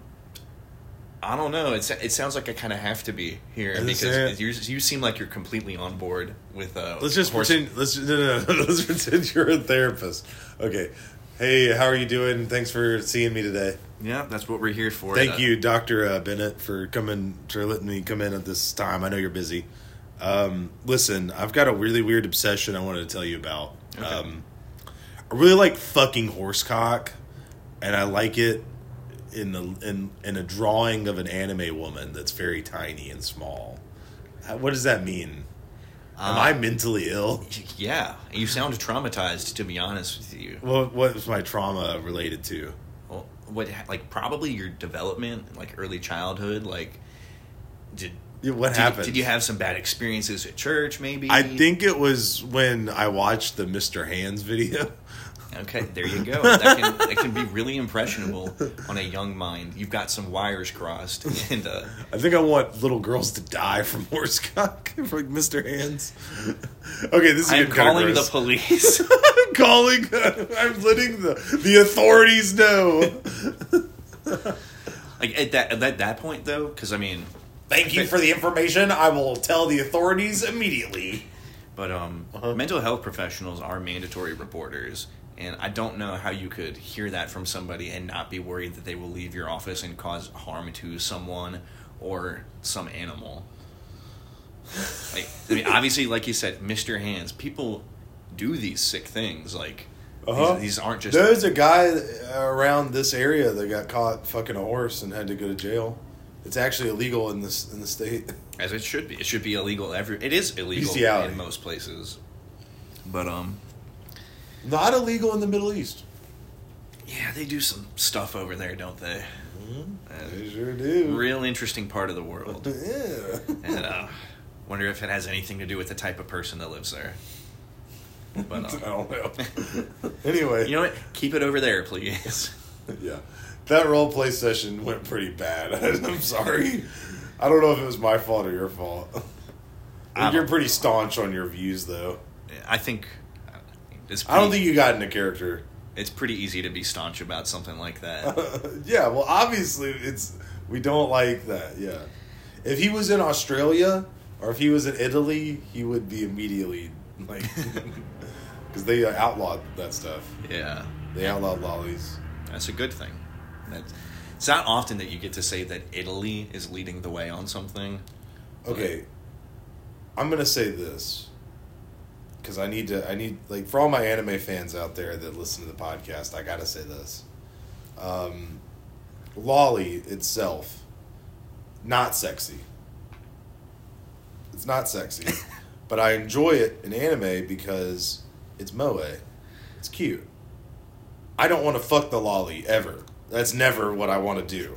Speaker 2: I don't know. It's it sounds like I kind of have to be here
Speaker 1: Is this
Speaker 2: because
Speaker 1: it?
Speaker 2: you you seem like you're completely on board with. Uh,
Speaker 1: Let's just
Speaker 2: horse-
Speaker 1: pretend. Let's no, no, no. [laughs] Let's pretend you're a therapist. Okay. Hey, how are you doing? Thanks for seeing me today.
Speaker 2: Yeah, that's what we're here for.
Speaker 1: Thank
Speaker 2: Uh,
Speaker 1: you, Doctor uh, Bennett, for coming for letting me come in at this time. I know you're busy. Um, listen, I've got a really weird obsession I wanted to tell you about.
Speaker 2: Okay.
Speaker 1: Um, I really like fucking horsecock, and I like it in the in in a drawing of an anime woman that's very tiny and small. How, what does that mean? Am
Speaker 2: Uh,
Speaker 1: I mentally ill?
Speaker 2: Yeah, you sound traumatized. To be honest with you,
Speaker 1: What what was my trauma related to?
Speaker 2: well, what like probably your development, like early childhood, like did
Speaker 1: Yeah, What
Speaker 2: did,
Speaker 1: happened?
Speaker 2: Did you have some bad experiences at church? Maybe
Speaker 1: I think it was when I watched the Mr. Hands video.
Speaker 2: Okay, there you go. That can, that can be really impressionable on a young mind. You've got some wires crossed, and uh,
Speaker 1: I think I want little girls to die from [laughs] horsecock from like Mr. Hands. Okay, this is
Speaker 2: I'm
Speaker 1: getting
Speaker 2: calling
Speaker 1: kinda
Speaker 2: the
Speaker 1: gross.
Speaker 2: police.
Speaker 1: I'm [laughs] calling. I'm letting the the authorities know.
Speaker 2: like at that at that point though, because I mean,
Speaker 1: Thank you for the information. I will tell the authorities immediately.
Speaker 2: but um,
Speaker 1: Uh-huh.
Speaker 2: mental health professionals are mandatory reporters, and I don't know how you could hear that from somebody and not be worried that they will leave your office and cause harm to someone or some animal. Like, I mean, obviously, like you said, Mister Hands, people do these sick things. Like
Speaker 1: Uh-huh.
Speaker 2: these, these aren't just
Speaker 1: There's a guy around this area that got caught fucking a horse and had to go to jail. It's actually illegal in this in the state.
Speaker 2: As it should be. It should be illegal every it is illegal
Speaker 1: Bestiality.
Speaker 2: in most places. But um
Speaker 1: Not illegal in the Middle East.
Speaker 2: yeah, they do some stuff over there, don't they?
Speaker 1: Mm-hmm. They sure do.
Speaker 2: Real interesting part of the
Speaker 1: [laughs]
Speaker 2: world.
Speaker 1: Yeah.
Speaker 2: and uh wonder if it has anything to do with the type of person that lives there.
Speaker 1: [laughs]
Speaker 2: But
Speaker 1: I
Speaker 2: um,
Speaker 1: don't know.
Speaker 2: [laughs]
Speaker 1: anyway,
Speaker 2: you know what? Keep it over there, please.
Speaker 1: [laughs] yeah, that role play session went pretty bad. [laughs] I'm sorry. I don't know if it was my fault or your fault. [laughs]
Speaker 2: I
Speaker 1: You're
Speaker 2: don't-
Speaker 1: pretty staunch on your views, though.
Speaker 2: I think uh, it's pretty,
Speaker 1: I don't think you got into character. [laughs]
Speaker 2: it's pretty easy to be staunch about something like that.
Speaker 1: yeah, well, obviously it's we don't like that. Yeah, if he was in Australia or if he was in Italy, he would be immediately like [laughs] because they outlawed that stuff.
Speaker 2: yeah.
Speaker 1: They outlawed lollies.
Speaker 2: That's a good thing. That's, it's not often that you get to say that Italy is leading the way on something.
Speaker 1: Okay, I'm gonna say this because I need to. I need like for all my anime fans out there that listen to the podcast, I gotta say this. Um, Lolly itself, not sexy. It's not sexy, but I enjoy it in anime because it's moe. It's cute. I don't want to fuck the lolly ever. That's never what I want to do.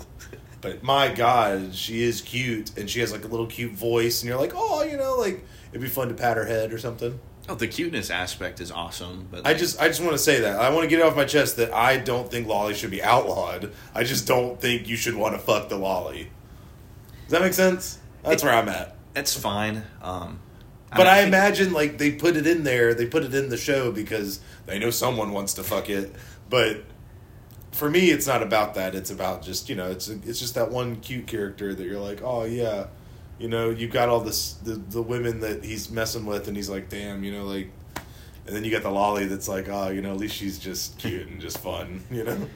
Speaker 1: But my God, she is cute, and she has like a little cute voice, and you're like, oh, you know, like it'd be fun to pat her head or something.
Speaker 2: Oh, the cuteness aspect is awesome, but
Speaker 1: I just, I just want to say that I want to get it off my chest that I don't think lolly should be outlawed. I just don't think you should want to fuck the lolly. Does that make sense? That's where I'm at.
Speaker 2: that's fine. Um,
Speaker 1: But
Speaker 2: mean,
Speaker 1: I
Speaker 2: think-
Speaker 1: imagine like they put it in there, they put it in the show because they know someone wants to fuck it. But for me, it's not about that. It's about just you know, it's it's just that one cute character that you're like, oh yeah, you know, you've got all this the the women that he's messing with, and he's like, damn, you know, like, and then you got the lolly that's like, oh, you know, at least she's just cute and just fun, [laughs] you know.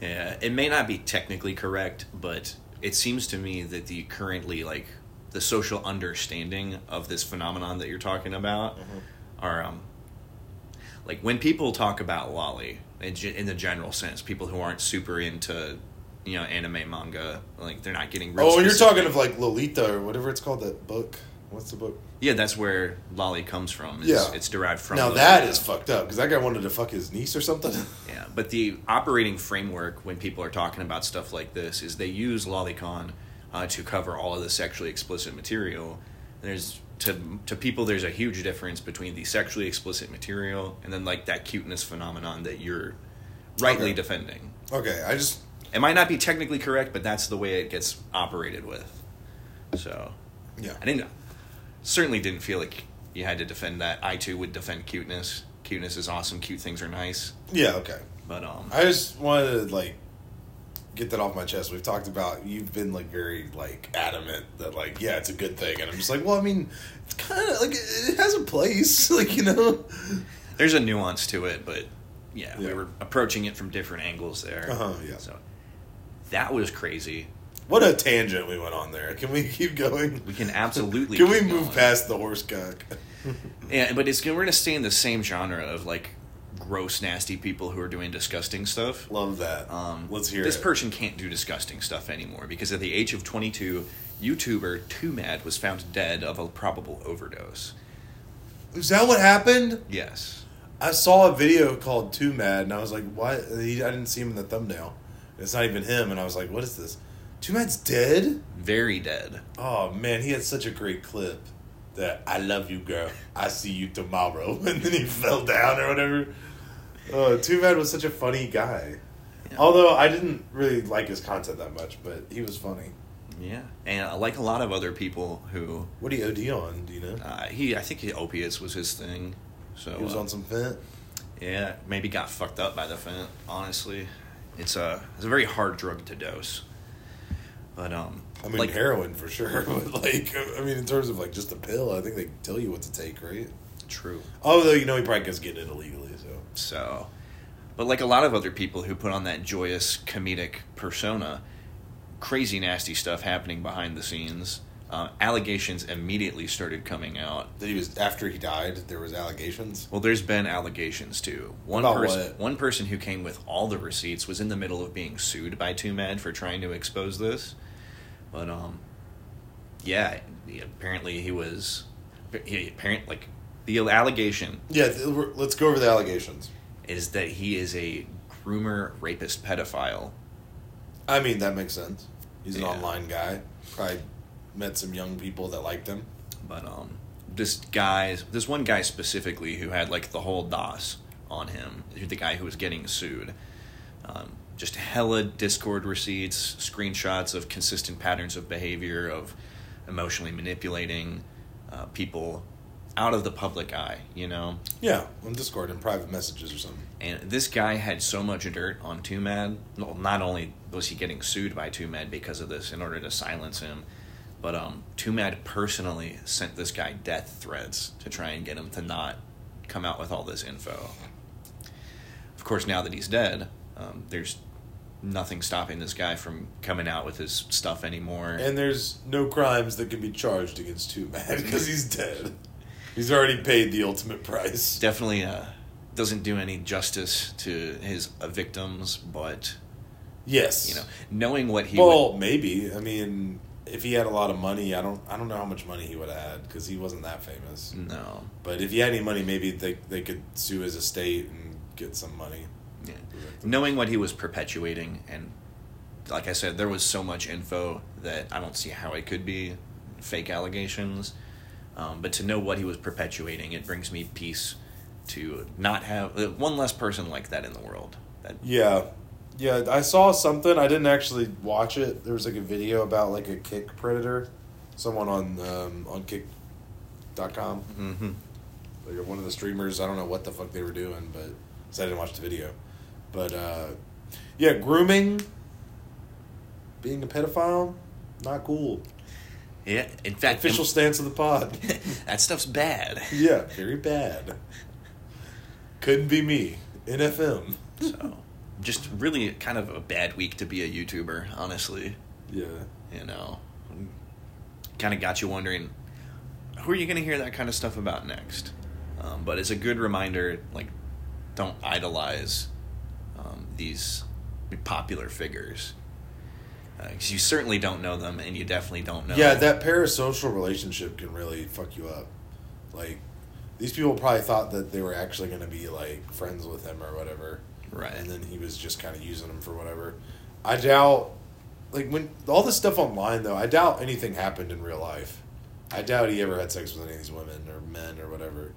Speaker 2: yeah, it may not be technically correct, but it seems to me that the currently like the social understanding of this phenomenon that you're talking about
Speaker 1: Mm-hmm.
Speaker 2: are um, like when people talk about lolly in, ge- in the general sense, people who aren't super into you know anime manga, like they're not getting. Real
Speaker 1: Oh, you're
Speaker 2: specific.
Speaker 1: talking of like Lolita or whatever it's called that book. What's the book?
Speaker 2: Yeah, that's where lolly comes from. It's,
Speaker 1: Yeah.
Speaker 2: it's derived from.
Speaker 1: Now
Speaker 2: the-
Speaker 1: that is fucked up because that guy wanted to fuck his niece or something. [laughs]
Speaker 2: Yeah, but the operating framework when people are talking about stuff like this is they use lolicon uh, to cover all of the sexually explicit material. There's to to people there's a huge difference between the sexually explicit material and then like that cuteness phenomenon that you're rightly
Speaker 1: Okay.
Speaker 2: defending.
Speaker 1: Okay, I just
Speaker 2: It might not be technically correct, but that's the way it gets operated with. So
Speaker 1: yeah.
Speaker 2: I didn't certainly didn't feel like you had to defend that. I too would defend cuteness. Cuteness is awesome. Cute things are nice.
Speaker 1: Yeah, okay.
Speaker 2: But um,
Speaker 1: I just wanted to like get that off my chest. We've talked about you've been like very like adamant that like yeah, it's a good thing, and I'm just like, well, I mean, it's kind of like it has a place, [laughs] like you know.
Speaker 2: there's a nuance to it, but yeah,
Speaker 1: Yeah.
Speaker 2: we were approaching it from different angles there.
Speaker 1: Uh-huh, yeah.
Speaker 2: So that was crazy.
Speaker 1: What a tangent we went on there. Can we keep going? [laughs]
Speaker 2: We can absolutely
Speaker 1: Can we
Speaker 2: keep
Speaker 1: move
Speaker 2: going.
Speaker 1: past the horse cock? [laughs]
Speaker 2: Yeah, but it's we're gonna stay in the same genre of like gross, nasty people who are doing disgusting stuff.
Speaker 1: Love that.
Speaker 2: Um,
Speaker 1: Let's hear
Speaker 2: This
Speaker 1: it.
Speaker 2: person can't do disgusting stuff anymore because at the age of 22, YouTuber Too Mad was found dead of a probable overdose.
Speaker 1: Is that what happened?
Speaker 2: Yes.
Speaker 1: I saw a video called Too Mad, and I was like, "What?" He, I didn't see him in the thumbnail. It's not even him, and I was like, "What is this?" Too Mad's dead.
Speaker 2: Very dead.
Speaker 1: Oh man, he had such a great clip that "I love you, girl. I see you tomorrow," [laughs] and then he fell down or whatever. Uh, Too Mad was such a funny guy.
Speaker 2: Yeah.
Speaker 1: Although I didn't really like his content that much, but he was funny.
Speaker 2: Yeah. And uh, like a lot of other people who,
Speaker 1: What do you OD on? Do you know?
Speaker 2: uh, he, I think he, opiates was his thing. So
Speaker 1: he was
Speaker 2: uh,
Speaker 1: on some fent.
Speaker 2: Yeah, maybe got fucked up by the fent. Honestly, it's a it's a very hard drug to dose. But um,
Speaker 1: I mean,
Speaker 2: like
Speaker 1: heroin for sure. [laughs] But like, I mean, in terms of like just a pill, I think they tell you what to take, right?
Speaker 2: true.
Speaker 1: Although you know he probably goes getting it illegally, so
Speaker 2: So, but like a lot of other people who put on that joyous comedic persona, crazy nasty stuff happening behind the scenes. Uh, allegations immediately started coming out.
Speaker 1: that he was after he died. There was allegations.
Speaker 2: Well, there's been allegations too. One
Speaker 1: About
Speaker 2: person,
Speaker 1: what?
Speaker 2: one person who came with all the receipts was in the middle of being sued by two men for trying to expose this. But um, yeah, he- apparently he was. He apparent like the allegation
Speaker 1: Yeah, th- we're- let's go over the allegations.
Speaker 2: is that he is a groomer, rapist, pedophile.
Speaker 1: I mean, that makes sense. He's an
Speaker 2: Yeah.
Speaker 1: online guy. Probably met some young people that liked him.
Speaker 2: But um, this guy, this one guy specifically who had like the whole DOS on him, the guy who was getting sued, um, just hella Discord receipts, screenshots of consistent patterns of behavior of emotionally manipulating uh, people out of the public eye, you know.
Speaker 1: Yeah, on Discord and private messages or something.
Speaker 2: And this guy had so much dirt on Two Mad. Well, Not only was he getting sued by Two Mad because of this in order to silence him, but um, Two Mad personally sent this guy death threats to try and get him to not come out with all this info. Of course, now that he's dead, um, there's nothing stopping this guy from coming out with his stuff anymore.
Speaker 1: And there's no crimes that can be charged against Too Mad [laughs] because he's dead. He's already paid the ultimate price.
Speaker 2: definitely uh, doesn't do any justice to his uh, victims, but
Speaker 1: Yes.
Speaker 2: you know, knowing what he would-
Speaker 1: well, maybe. I mean, if he had a lot of money, I don't. I don't know how much money he would have had because he wasn't that famous.
Speaker 2: no.
Speaker 1: But if he had any money, maybe they they could sue his estate and get some money.
Speaker 2: Yeah. Knowing what he was perpetuating, and like I said, there was so much info that I don't see how it could be fake allegations. Um, but to know what he was perpetuating, it brings me peace to not have uh, one less person like that in the world. That
Speaker 1: Yeah. Yeah, I saw something. I didn't actually watch it. There was like a video about like a kick predator. Someone on um, on kick.com.
Speaker 2: hmm
Speaker 1: Like one of the streamers, I don't know what the fuck they were doing, but cause I didn't watch the video. But uh, yeah, grooming, being a pedophile, not cool.
Speaker 2: yeah. In fact,
Speaker 1: Official
Speaker 2: [laughs]
Speaker 1: stance of the pod. [laughs]
Speaker 2: that stuff's bad.
Speaker 1: yeah, very bad. Couldn't be me. NFM.
Speaker 2: So, just really kind of a bad week to be a YouTuber, honestly.
Speaker 1: Yeah.
Speaker 2: you know kind of got you wondering who are you going to hear that kind of stuff about next um, but it's a good reminder like don't idolize um, these popular figures because you certainly don't know them and you definitely don't know
Speaker 1: Yeah, that parasocial relationship can really fuck you up. Like, these people probably thought that they were actually going to be, like, friends with him or whatever.
Speaker 2: Right.
Speaker 1: And then he was just kind of using them for whatever. I doubt, like, when all this stuff online, though, I doubt anything happened in real life. I doubt he ever had sex with any of these women or men or whatever.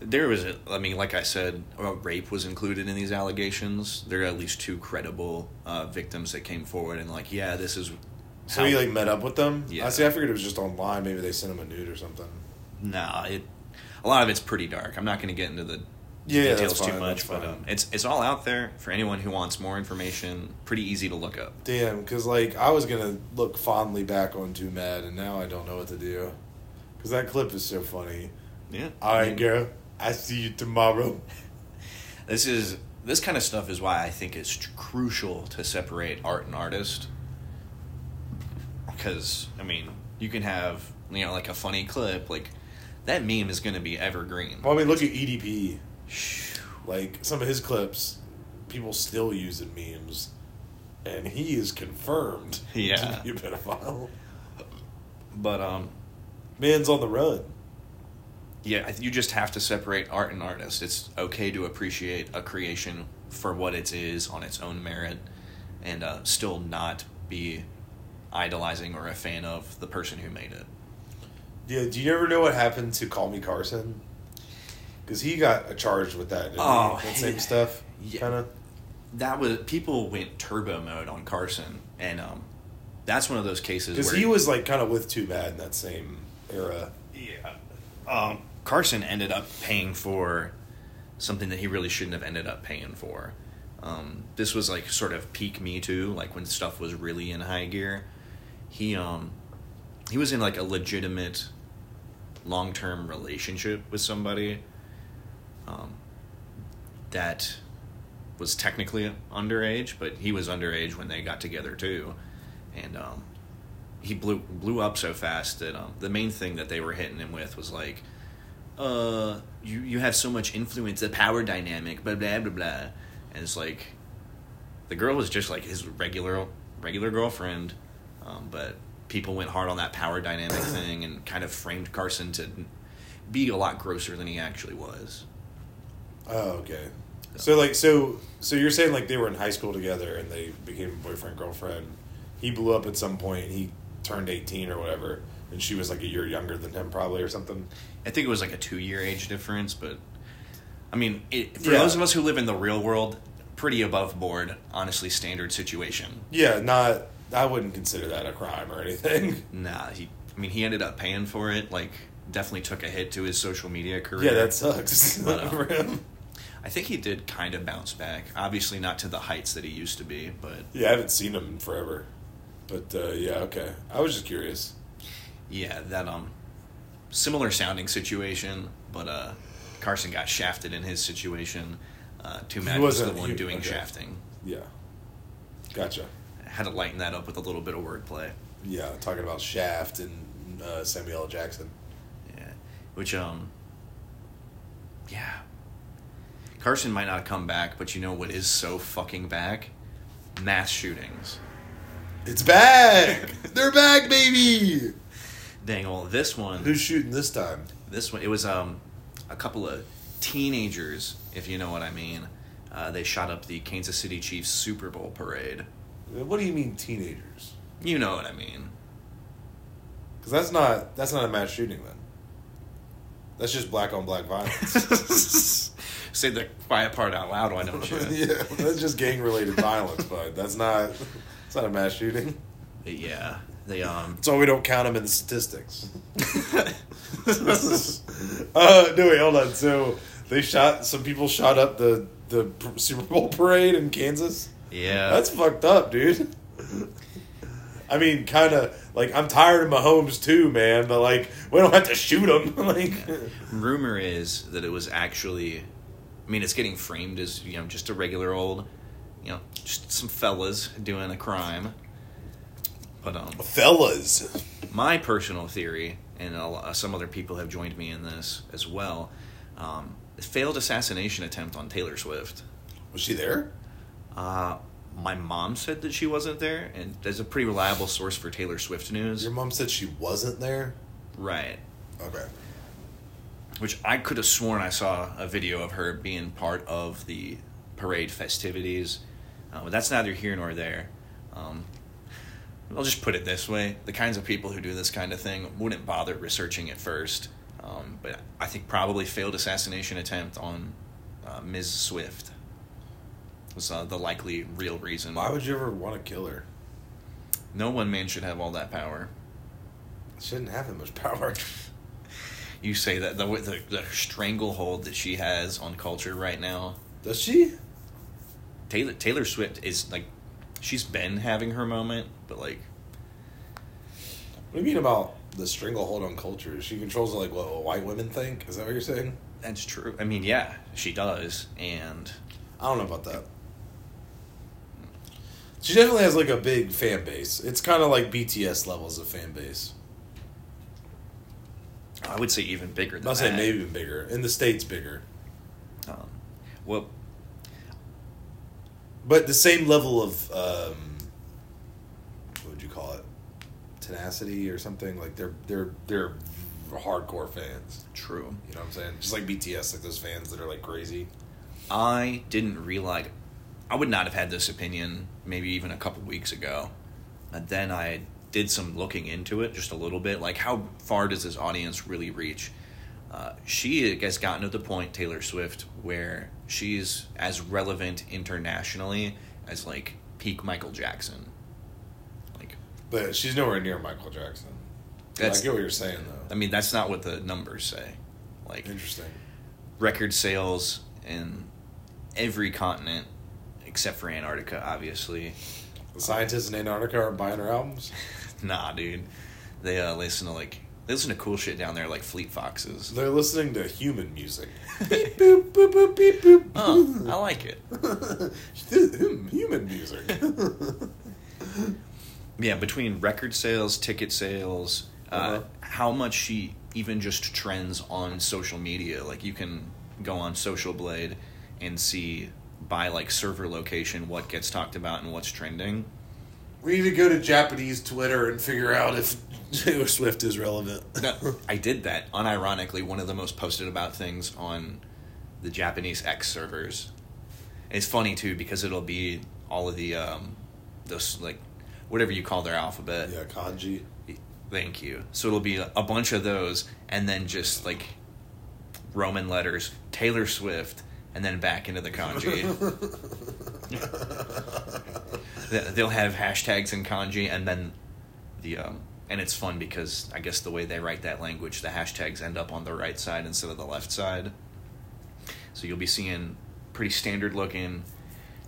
Speaker 2: There was, a, I mean, like I said, uh, rape was included in these allegations. There are at least two credible uh, victims that came forward and like, yeah, this is.
Speaker 1: So
Speaker 2: how-
Speaker 1: he like met up with them.
Speaker 2: Yeah.
Speaker 1: I see. I figured it was just online. Maybe they sent him a nude or something.
Speaker 2: nah, it. A lot of it's pretty dark. I'm not going to get into the
Speaker 1: Yeah, yeah,
Speaker 2: details
Speaker 1: that's fine,
Speaker 2: too
Speaker 1: that's
Speaker 2: much, but
Speaker 1: fine.
Speaker 2: um, it's it's all out there for anyone who wants more information. Pretty easy to look up.
Speaker 1: Damn, because like I was gonna look fondly back on Too Mad, and now I don't know what to do. Because that clip is so funny.
Speaker 2: Yeah.
Speaker 1: All right, girl. I see you tomorrow.
Speaker 2: this is this kind of stuff is why I think it's tr- crucial to separate art and artist. Because I mean, you can have you know like a funny clip like that meme is going to be evergreen.
Speaker 1: Well, I mean, look at E EDP.
Speaker 2: Shh.
Speaker 1: Like some of his clips, people still use in memes, and he is confirmed.
Speaker 2: [laughs] Yeah.
Speaker 1: to be a pedophile.
Speaker 2: But um,
Speaker 1: Man's on the run.
Speaker 2: yeah, I th- you just have to separate art and artist. It's okay to appreciate a creation for what it is on its own merit, and uh, still not be idolizing or a fan of the person who made it.
Speaker 1: Yeah, do you ever know what happened to Call Me Carson? Because he got charged with that. didn't he?
Speaker 2: Oh,
Speaker 1: that same stuff.
Speaker 2: yeah.
Speaker 1: Kind of.
Speaker 2: that was people went turbo mode on Carson, and um, that's one of those cases
Speaker 1: Because
Speaker 2: where
Speaker 1: he was like kind of with Too Bad in that same era.
Speaker 2: Yeah, um, Carson ended up paying for something that he really shouldn't have ended up paying for. Um, this was like sort of peak Me Too, like when stuff was really in high gear. He um, he was in like a legitimate long term relationship with somebody um, that was technically underage, but he was underage when they got together too, and um, he blew blew up so fast that um, the main thing that they were hitting him with was like, uh, you you have so much influence, the power dynamic, blah blah blah blah, and it's like, the girl was just like his regular regular girlfriend, um, but people went hard on that power dynamic thing and kind of framed Carson to be a lot grosser than he actually was.
Speaker 1: Oh, okay. So like so so you're saying like they were in high school together and they became boyfriend girlfriend. He blew up at some point. He turned eighteen or whatever, and she was like a year younger than him probably or something.
Speaker 2: I think it was like a two year age difference, but I mean, it, for
Speaker 1: Yeah.
Speaker 2: those of us who live in the real world, pretty above board, honestly, standard situation.
Speaker 1: Yeah, not. I wouldn't consider that a crime or anything. [laughs]
Speaker 2: Nah, he. I mean, he ended up paying for it. Like, definitely took a hit to his social media career.
Speaker 1: Yeah, that sucks [laughs]
Speaker 2: But, uh,
Speaker 1: for him.
Speaker 2: I think he did kind of bounce back. Obviously, not to the heights that he used to be, but
Speaker 1: Yeah, I haven't seen him in forever. But uh, yeah, okay. I was just curious.
Speaker 2: yeah, that um, similar sounding situation. But uh, Carson got shafted in his situation. Uh, too mad was the
Speaker 1: wasn't-
Speaker 2: one
Speaker 1: he-
Speaker 2: doing
Speaker 1: okay.
Speaker 2: shafting.
Speaker 1: Yeah. Gotcha.
Speaker 2: Had to lighten that up with a little bit of wordplay.
Speaker 1: Yeah, talking about Shaft and uh, Samuel L. Jackson.
Speaker 2: Yeah. Which um Yeah. Carson might not come back, but you know what is so fucking back? Mass shootings.
Speaker 1: It's [laughs] back! They're back, baby!
Speaker 2: Dang well, this one
Speaker 1: Who's shooting this time?
Speaker 2: this one it was um a couple of teenagers, if you know what I mean. Uh, they shot up the Kansas City Chiefs Super Bowl parade.
Speaker 1: What do you mean teenagers?
Speaker 2: You know what I
Speaker 1: [laughs]
Speaker 2: mean.
Speaker 1: Because that's not that's not a mass shooting then. That's just black on black violence. [laughs]
Speaker 2: Say the quiet part out loud, why don't you?
Speaker 1: [laughs] yeah, that's just gang related violence, bud. That's not that's not a mass shooting.
Speaker 2: But yeah.
Speaker 1: [laughs]
Speaker 2: They um [laughs]
Speaker 1: That's why we don't count them in the [laughs] statistics. uh, no, wait, hold on. So they shot some people shot up the the p- Super Bowl parade in Kansas.
Speaker 2: Yeah.
Speaker 1: That's fucked up, dude. I mean, kind of like I'm tired of Mahomes too, man. But like, we don't have to shoot him. [laughs] like,
Speaker 2: rumor is that it was actually i mean it's getting framed as you know just a regular old you know just some fellas doing a crime but um
Speaker 1: fellas,
Speaker 2: my personal theory and a lo- some other people have joined me in this as well um failed assassination attempt on taylor swift
Speaker 1: was she there?
Speaker 2: uh my mom said that she wasn't there and there's a pretty reliable source for taylor swift news
Speaker 1: Your mom said she wasn't there.
Speaker 2: right
Speaker 1: Okay.
Speaker 2: which I could have sworn I saw a video of her being part of the parade festivities. Uh, but that's neither here nor there. Um, I'll just put it this way: the kinds of people who do this kind of thing wouldn't bother researching it first. Um, but I think probably failed assassination attempt on uh, Ms. Swift was uh, the likely real reason.
Speaker 1: Why would you ever want to kill her?
Speaker 2: No one man should have all that power.
Speaker 1: She didn't have that much power.
Speaker 2: You say that the the, the stranglehold that she has on culture right now.
Speaker 1: Does she?
Speaker 2: Taylor Taylor Swift is like, she's been having her moment, but like
Speaker 1: What do you mean about the stranglehold on culture? She controls like what, what white women think. Is that what you're saying?
Speaker 2: that's true. I mean, yeah, she does, and
Speaker 1: I don't know about that. She definitely has like a big fan base. It's kind of like BTS levels of fan base.
Speaker 2: I would say even bigger than
Speaker 1: I'll
Speaker 2: that.
Speaker 1: say maybe even bigger in the states, bigger,
Speaker 2: Um, well,
Speaker 1: but the same level of um, what would you call it? Tenacity or something like they're they're they're hardcore fans.
Speaker 2: true.
Speaker 1: You know what I'm saying? Just like BTS, like those fans that are like crazy.
Speaker 2: I didn't realize. I would not have had this opinion maybe even a couple weeks ago. And then I did some looking into it just a little bit. Like, how far does this audience really reach? Uh, she has gotten to the point, Taylor Swift, where she's as relevant internationally as like peak Michael Jackson. Like,
Speaker 1: But she's nowhere near Michael Jackson.
Speaker 2: That's-
Speaker 1: I get what you're saying though.
Speaker 2: I mean, that's not what the numbers say. Like,
Speaker 1: Interesting.
Speaker 2: record sales in every continent except for Antarctica, obviously.
Speaker 1: The scientists in Antarctica are buying her
Speaker 2: [laughs]
Speaker 1: albums.
Speaker 2: Nah, dude. They uh, listen to like they listen to cool shit down there, like
Speaker 1: [laughs]
Speaker 2: Fleet Foxes.
Speaker 1: They're listening to human
Speaker 2: [laughs]
Speaker 1: music.
Speaker 2: Beep,
Speaker 1: boop, boop, boop, beep, boop.
Speaker 2: Oh, I like
Speaker 1: [laughs]
Speaker 2: it.
Speaker 1: human music.
Speaker 2: [laughs] Yeah, between record sales, ticket sales, uh,
Speaker 1: Uh-huh.
Speaker 2: how much she even just trends on social media. Like you can go on Social Blade and see by like server location what gets talked about and what's trending.
Speaker 1: we need to go to Japanese Twitter and figure out if Taylor Swift is relevant. [laughs]
Speaker 2: No, I did that. Unironically, one of the most posted about things on the Japanese X servers. It's funny too because it'll be all of the um, those like whatever you call their alphabet.
Speaker 1: yeah, kanji.
Speaker 2: Thank you. So it'll be a bunch of those, and then just like Roman letters, Taylor Swift, and then back into
Speaker 1: [laughs]
Speaker 2: the kanji. They- They'll have hashtags in kanji, and then the um, and it's fun because I guess the way they write that language, the hashtags end up on the right side instead of the left side. So you'll be seeing pretty standard looking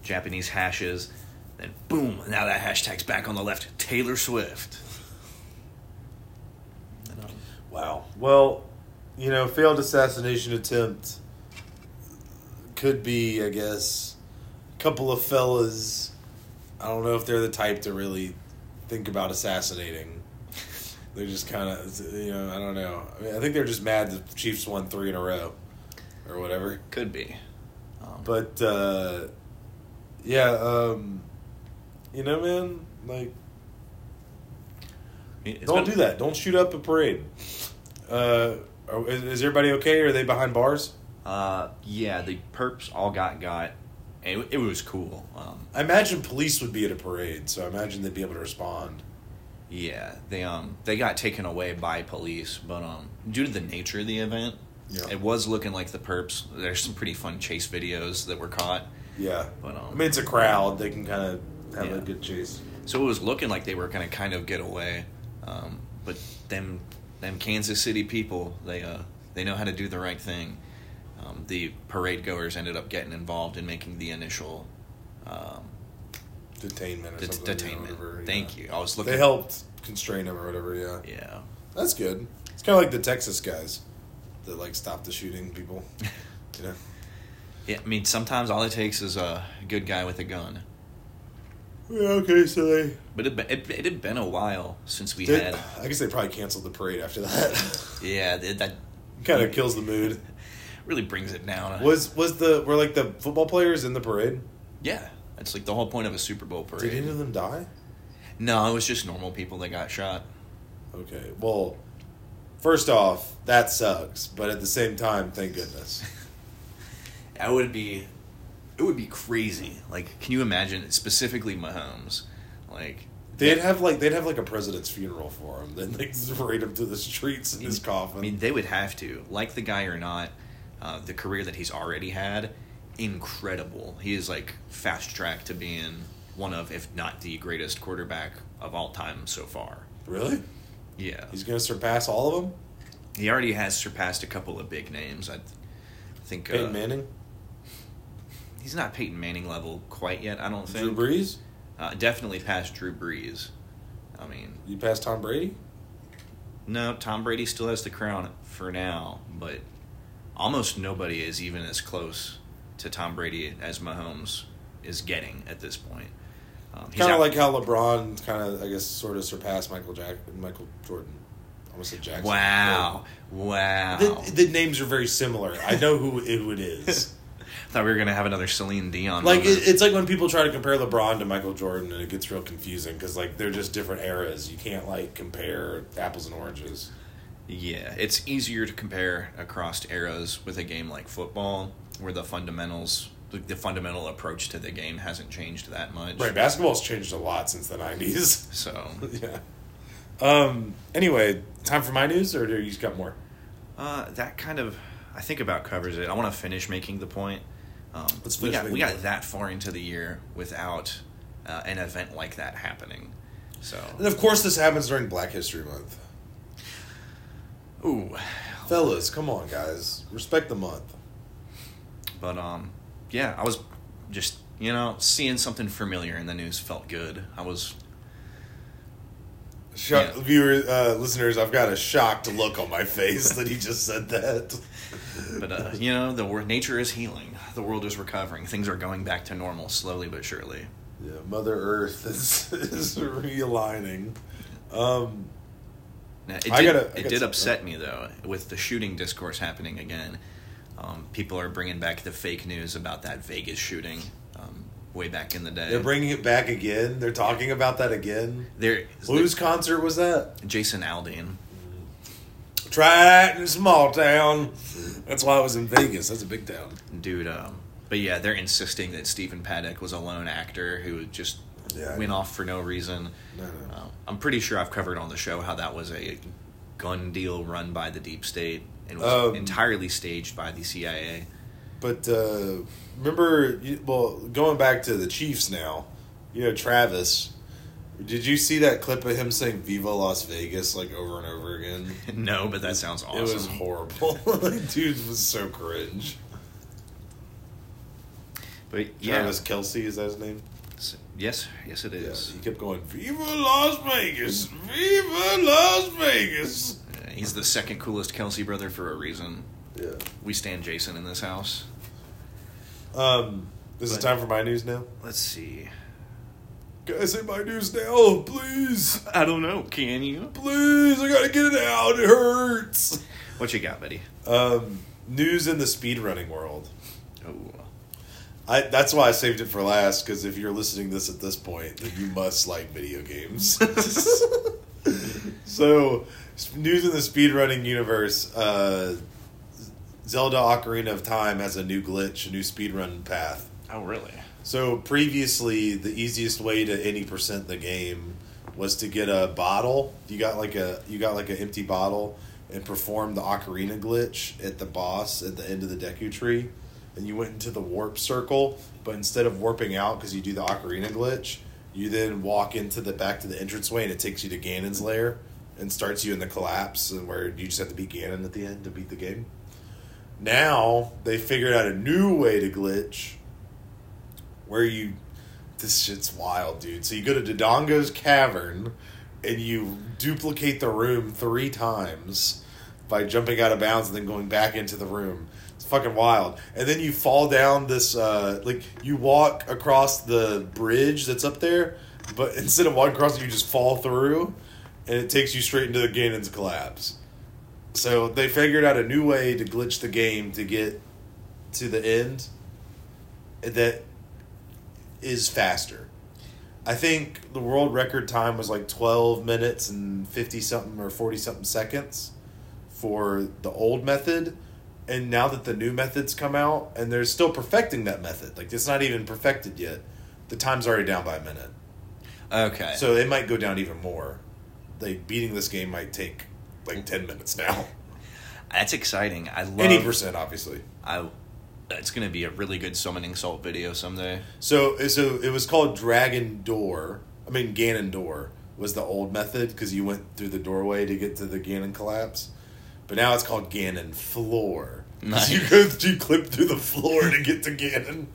Speaker 2: Japanese hashes. Then boom! Now that hashtag's back on the left. Taylor Swift. [laughs] And, um,
Speaker 1: Wow. Well, you know, failed assassination attempt could be, I guess, a couple of fellas. I don't know if they're the type to really think about assassinating. They're just kind of, you know, I don't know. I, mean, I think they're just mad the Chiefs won three in a row or whatever.
Speaker 2: Could be. Um,
Speaker 1: But, uh, yeah, um, you know, man, like,
Speaker 2: it's
Speaker 1: don't
Speaker 2: been-
Speaker 1: do that. Don't shoot up a parade. Uh, are- is, is everybody okay? Are they behind bars?
Speaker 2: Uh, yeah, the perps all got got. and It, it was cool. Um,
Speaker 1: I imagine police would be at a parade, so I imagine they'd be able to respond.
Speaker 2: yeah, they um they got taken away by police, but um due to the nature of the event,
Speaker 1: Yeah.
Speaker 2: it was looking like the perps. There's some pretty fun chase videos that were caught,
Speaker 1: Yeah.
Speaker 2: but um
Speaker 1: I mean, it's a crowd. They can kind of have
Speaker 2: Yeah.
Speaker 1: a good chase.
Speaker 2: So it was looking like they were gonna kind of get away, um, but them them Kansas City people they uh, they know how to do the right thing. Um, the parade goers ended up getting involved in making the initial um,
Speaker 1: Detainment or
Speaker 2: det-
Speaker 1: something. you know,
Speaker 2: detainment.
Speaker 1: whatever, yeah.
Speaker 2: Thank you. I was looking.
Speaker 1: They helped constrain them or whatever, yeah.
Speaker 2: Yeah,
Speaker 1: That's good. It's kind of like the Texas guys that, like, stopped the shooting
Speaker 2: [laughs]
Speaker 1: people. you know?
Speaker 2: yeah. I mean, sometimes all it takes is a good guy with a gun.
Speaker 1: Yeah, okay, so they...
Speaker 2: But it it, it had been a while since we
Speaker 1: Did,
Speaker 2: had.
Speaker 1: I guess they probably canceled the parade after that. [laughs]
Speaker 2: [laughs] Yeah, that that
Speaker 1: kind of kills the mood.
Speaker 2: really brings it down.
Speaker 1: Was was the were like the football players in the parade?
Speaker 2: Yeah, that's like the whole point of a Super Bowl parade.
Speaker 1: Did any of them die?
Speaker 2: No, it was just normal people that got shot.
Speaker 1: Okay. Well, first off, that sucks, but at the same time, thank
Speaker 2: [laughs]
Speaker 1: goodness.
Speaker 2: I would be, it would be crazy. Like, can you imagine specifically Mahomes? Like,
Speaker 1: They'd have like they'd have like a president's funeral for him. They'd like parade him to the streets in his coffin.
Speaker 2: I mean, they would have to, like the guy or not, uh, the career that he's already had, incredible. He is like fast tracked to being one of, if not the greatest quarterback of all time so far.
Speaker 1: really?
Speaker 2: Yeah,
Speaker 1: He's gonna surpass all of them.
Speaker 2: he already has surpassed a couple of big names. I think uh,
Speaker 1: Peyton Manning,
Speaker 2: he's not Peyton Manning level quite yet. I don't
Speaker 1: Drew
Speaker 2: think.
Speaker 1: Brees.
Speaker 2: Uh, definitely past Drew Brees. I mean,
Speaker 1: You pass Tom Brady.
Speaker 2: no, Tom Brady still has the crown for now, but almost nobody is even as close to Tom Brady as Mahomes is getting at this point. Um, he's
Speaker 1: Kind of
Speaker 2: out-
Speaker 1: like how LeBron kind of I guess sort of surpassed Michael Jack Michael Jordan. I almost said Jackson.
Speaker 2: wow, wow.
Speaker 1: The, the names are very similar. I know who who it is.
Speaker 2: Thought we were gonna have another Celine Dion.
Speaker 1: like
Speaker 2: moment.
Speaker 1: it, it's like when people try to compare LeBron to Michael Jordan, and it gets real confusing because like they're just different eras. You can't like compare apples and oranges.
Speaker 2: Yeah, it's easier to compare across eras with a game like football, where the fundamentals, the, the fundamental approach to the game hasn't changed that much.
Speaker 1: Right, basketball's changed a lot since the nineties. [laughs]
Speaker 2: So,
Speaker 1: yeah. Um. Anyway, time for my news, or do you just got more?
Speaker 2: uh, that kind of, I think about covers it. I want to finish making the point. Um,
Speaker 1: Let's
Speaker 2: we
Speaker 1: finish
Speaker 2: got
Speaker 1: making
Speaker 2: we
Speaker 1: the
Speaker 2: got
Speaker 1: point.
Speaker 2: that far into the year without uh, an event like that happening. So,
Speaker 1: And of course, this happens during Black History Month.
Speaker 2: ooh,
Speaker 1: Fellas, come on, guys, respect the month.
Speaker 2: But um, yeah, I was just you know seeing something familiar in the news felt good. I was
Speaker 1: Shock,
Speaker 2: Yeah.
Speaker 1: Viewer, uh, listeners, I've got a shocked look on my face that he just said that.
Speaker 2: But uh, you know, the wor- nature is healing. The world is recovering. Things are going back to normal slowly but surely.
Speaker 1: Yeah, Mother Earth [laughs] is, is realigning. Um,
Speaker 2: Now, it
Speaker 1: I
Speaker 2: did,
Speaker 1: gotta- I
Speaker 2: it
Speaker 1: gotta-
Speaker 2: did upset me though with the shooting discourse happening again. Um, people are bringing back the fake news about that Vegas shooting um, way back in the day.
Speaker 1: they're bringing it back again. They're talking about that again.
Speaker 2: There-
Speaker 1: Whose concert was that?
Speaker 2: Jason Aldean.
Speaker 1: Try that in a small town. That's why I was in Vegas. That's a big town.
Speaker 2: dude. Um, but yeah, they're insisting that Stephen Paddock was a lone actor who just
Speaker 1: Yeah, I
Speaker 2: went
Speaker 1: know.
Speaker 2: off for no reason.
Speaker 1: No, no.
Speaker 2: Uh, I'm pretty sure I've covered on the show how that was a gun deal run by the deep state and was
Speaker 1: Um,
Speaker 2: entirely staged by the CIA.
Speaker 1: But uh, remember, you- well, going back to the Chiefs now, you know, Travis. Did you see that clip of him saying "Viva Las Vegas" like over and over again?
Speaker 2: [laughs] no, but that sounds awesome.
Speaker 1: It was horrible. [laughs] like, dude was so cringe.
Speaker 2: but yeah,
Speaker 1: Travis Kelsey is that his name?
Speaker 2: s- yes, yes, it is.
Speaker 1: He kept going, "Viva Las Vegas, Viva Las Vegas."
Speaker 2: Uh, He's the second coolest Kelsey brother for a reason.
Speaker 1: Yeah.
Speaker 2: We stand Jason in this house.
Speaker 1: Um, this is
Speaker 2: But-
Speaker 1: time for my news now.
Speaker 2: Let's see.
Speaker 1: Can I say my news now, Oh, please?
Speaker 2: I don't know. Can you?
Speaker 1: Please, I gotta get it out. It hurts.
Speaker 2: What you got, buddy?
Speaker 1: Um, news in the speedrunning world.
Speaker 2: Oh.
Speaker 1: I, that's why I saved it for last because if you're listening to this at this point, then you must like video games. [laughs] so, s- news in the speedrunning universe: uh, Zelda Ocarina of Time has a new glitch, a new speedrun path.
Speaker 2: Oh, really?
Speaker 1: So previously, the easiest way to any percent the game was to get a bottle. You got like a you got like an empty bottle and perform the ocarina glitch at the boss at the end of the Deku Tree, and you went into the warp circle. But instead of warping out because you do the ocarina glitch, you then walk into the back to the entranceway and it takes you to Ganon's lair and starts you in the collapse and where you just have to beat Ganon at the end to beat the game. Now they figured out a new way to glitch where you this shit's wild, dude. So you go to Dodongo's cavern and you duplicate the room three times by jumping out of bounds and then going back into the room. It's fucking wild. And then you fall down this uh like you walk across the bridge that's up there, but [laughs] instead of walking across it, you just fall through and it takes you straight into the Ganon's collapse. So they figured out a new way to glitch the game to get to the end that is faster. I think the world record time was like 12 minutes and 50 something or 40 something seconds for the old method. And now that the new methods come out and they're still perfecting that method, like it's not even perfected yet, the time's already down by a minute.
Speaker 2: Okay.
Speaker 1: So it might go down even more. Like beating this game might take like ten minutes now.
Speaker 2: that's exciting. I love.
Speaker 1: Eighty percent, obviously.
Speaker 2: I. That's gonna be a really good summoning salt video someday.
Speaker 1: So so it was called Dragon Door. I mean Ganon Door was the old method because you went through the doorway to get to the Ganon collapse. But now it's called Ganon Floor. 'Cause You
Speaker 2: Nice.
Speaker 1: go you clip through the floor to get to Ganon.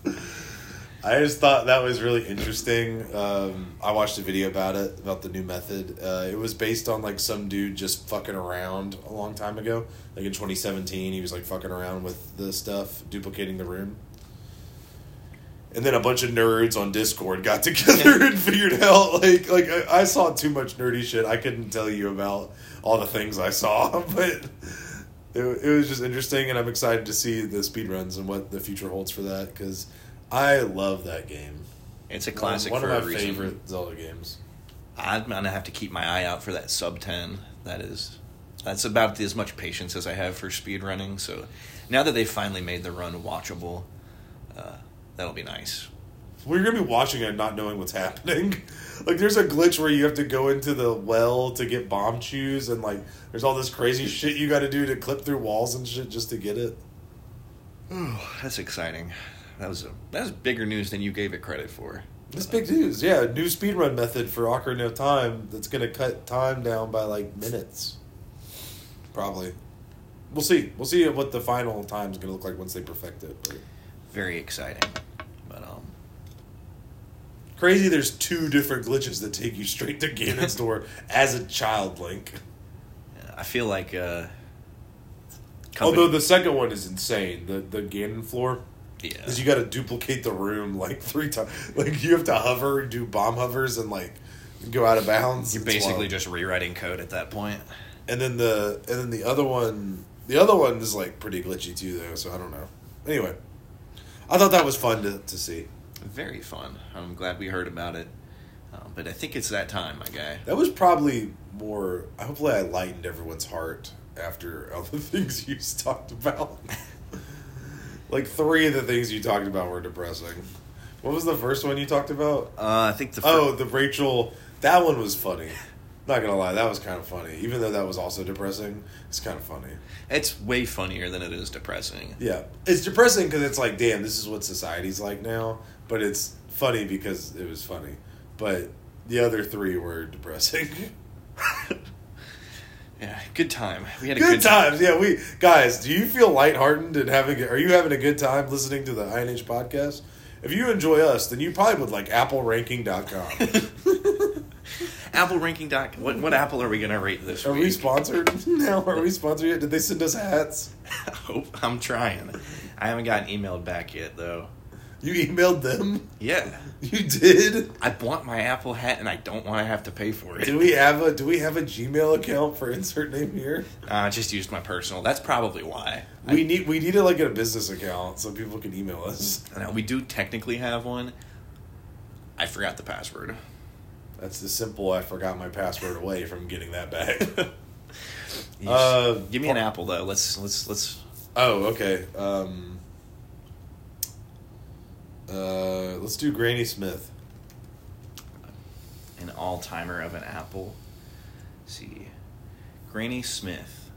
Speaker 1: I just thought that was really interesting. Um, I watched a video about it about the new method. Uh, it was based on like some dude just fucking around a long time ago, like in 2017. He was like fucking around with the stuff, duplicating the room. And then a bunch of nerds on Discord got [laughs] together and figured out like like I, I saw too much nerdy shit. I couldn't tell you about all the things I saw, [laughs] but it, it was just interesting, and I'm excited to see the speedruns and what the future holds for that because I love that game.
Speaker 2: It's a classic
Speaker 1: One
Speaker 2: for
Speaker 1: of
Speaker 2: a
Speaker 1: my
Speaker 2: reason.
Speaker 1: favorite Zelda games.
Speaker 2: I'm gonna have to keep my eye out for that sub ten. That is, that's about as much patience as I have for speed running. So, now that they finally made the run watchable, uh, that'll be nice.
Speaker 1: We're gonna be watching it and not knowing what's [laughs] happening. Like, there's a glitch where you have to go into the well to get bomb chews, and like, there's all this crazy shit you got to do to clip through walls and shit just to get it.
Speaker 2: That's exciting. That was a, that was bigger news than you gave it credit for.
Speaker 1: This big news, yeah. New speedrun method for Ocarina of Time that's gonna cut time down by like minutes. Probably. We'll see. We'll see what the final time's gonna look like once they perfect it. but-
Speaker 2: Very exciting. But um,
Speaker 1: Crazy. There's two different glitches that take you straight to
Speaker 2: [laughs]
Speaker 1: Ganon's door as a child link.
Speaker 2: I feel like uh,
Speaker 1: Although the second one is insane. The the Ganon floor.
Speaker 2: yeah.
Speaker 1: Because you got to duplicate the room like three times. [laughs] Like you have to hover, do bomb hovers, and like go out of bounds.
Speaker 2: You're
Speaker 1: It's
Speaker 2: basically
Speaker 1: wild.
Speaker 2: just rewriting code at that point.
Speaker 1: And then the and then the other one, the other one is like pretty glitchy too, though. So I don't know. Anyway, I thought that was fun to, to see.
Speaker 2: Very fun. I'm glad we heard about it. Uh, but I think it's that time, my guy.
Speaker 1: That was probably more. Hopefully, I lightened everyone's heart after all the [laughs] things you talked about. [laughs] like three of the things you talked about were depressing. What was the first one you talked about?
Speaker 2: Uh, I think the fir-
Speaker 1: Oh, the Rachel. That one was funny. Not gonna lie, that was kind of funny. Even though that was also depressing, it's kind of funny.
Speaker 2: it's way funnier than it is
Speaker 1: [laughs]
Speaker 2: depressing.
Speaker 1: Yeah, it's depressing because it's like, damn, this is what society's like now. But it's funny because it was funny. But the other three were
Speaker 2: [laughs]
Speaker 1: depressing.
Speaker 2: Yeah, good time. We had a
Speaker 1: good times, yeah. We guys, do you feel lighthearted and having? Are you having a good time listening to the INH podcast? If you enjoy us, then you probably would like
Speaker 2: [laughs]
Speaker 1: AppleRanking.com.
Speaker 2: [laughs] Apple ranking doc. What, what Apple are we gonna rate this
Speaker 1: Are
Speaker 2: week?
Speaker 1: we sponsored [laughs] now? Are we sponsored yet? Did they send us hats?
Speaker 2: [laughs] I hope I'm trying. I haven't gotten emailed back yet though.
Speaker 1: You emailed them. [laughs]
Speaker 2: Yeah,
Speaker 1: You
Speaker 2: [laughs]
Speaker 1: did.
Speaker 2: I want my Apple hat and I don't want to have to pay for it.
Speaker 1: Do we have a Do we have a Gmail account for insert name here?
Speaker 2: Uh, I just used my personal. That's probably why.
Speaker 1: We need we need to like get a business account so people can email us.
Speaker 2: I know, we do technically have one. I forgot the password.
Speaker 1: That's the simple. I forgot my password away from getting that back. [laughs]
Speaker 2: You
Speaker 1: Uh,
Speaker 2: just- give me an apple though. Let's let's let's.
Speaker 1: oh, okay. Um, uh, let's do Granny Smith.
Speaker 2: an all timer of an apple. Let's see, Granny Smith,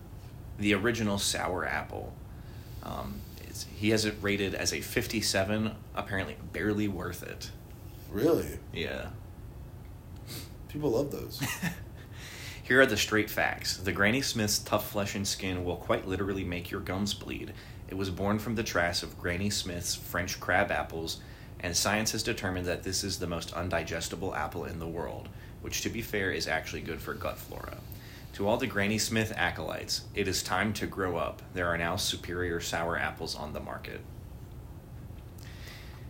Speaker 2: the original sour apple. Um, it's, he has it rated as a 57. Apparently, barely worth it.
Speaker 1: Really,
Speaker 2: Yeah.
Speaker 1: people love those.
Speaker 2: Here are the straight facts. The Granny Smith's tough flesh and skin will quite literally make your gums bleed. It was born from the trash of Granny Smith's French crab apples, and science has determined that this is the most undigestible apple in the world, which, to be fair, is actually good for gut flora. To all the Granny Smith acolytes, it is time to grow up. There are now superior sour apples on the market.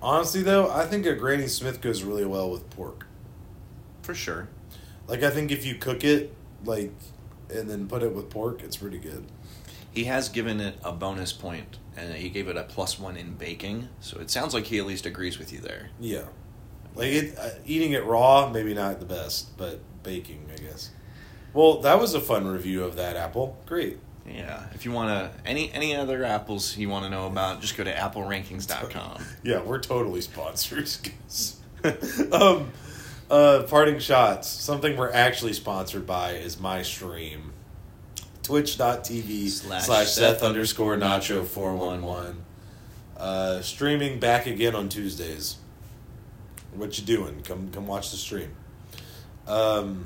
Speaker 1: Honestly, though, I think a Granny Smith goes really well with pork.
Speaker 2: For sure.
Speaker 1: Like, I think if you cook it, like, and then put it with pork, it's pretty good.
Speaker 2: He has given it a bonus point, and he gave it a plus one in baking, so it sounds like he at least agrees with you there.
Speaker 1: Yeah, like it, uh, eating it raw, maybe not the best, but baking, I guess. Well, that was a fun review of that apple. Great.
Speaker 2: Yeah. If you want to any any other apples you want to know about, just go to applerankings.com.
Speaker 1: [laughs] Yeah, we're totally sponsored. 'cause- um, Uh, parting shots. Something we're actually sponsored by is my stream. Twitch.tv
Speaker 2: Slash
Speaker 1: slash, slash Seth
Speaker 2: Seth
Speaker 1: underscore Nacho four one one. Uh, streaming back again on Tuesdays. What you doing? Come come watch the stream. Um.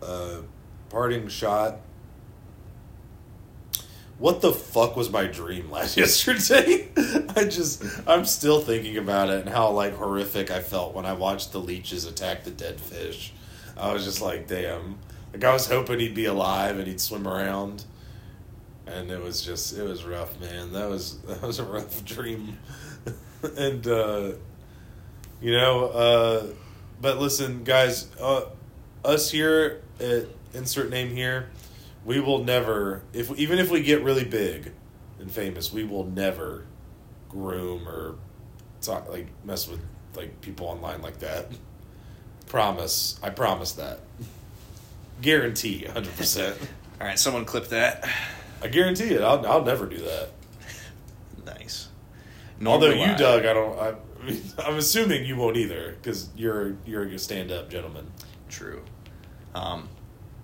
Speaker 1: Uh, parting shot. What the fuck was my dream last [laughs] yesterday? I just I'm still thinking about it and how like horrific I felt when I watched the leeches attack the dead fish. I was just like, damn. Like I was hoping he'd be alive and he'd swim around. And it was just it was rough, man. That was [laughs] that was a rough dream. [laughs] and uh you know, uh but listen, guys, uh us here at insert name here, we will never if even if we get really big and famous, we will never groom or talk like mess with like people online like that. Promise, I promise that. Guarantee, hundred
Speaker 2: [laughs]
Speaker 1: percent.
Speaker 2: All right, someone clip that.
Speaker 1: I guarantee it. I'll I'll never do that.
Speaker 2: Nice.
Speaker 1: Although
Speaker 2: will
Speaker 1: you,
Speaker 2: I.
Speaker 1: Doug, I don't. I, I'm assuming you won't either because you're you're a stand-up gentleman.
Speaker 2: True. Um,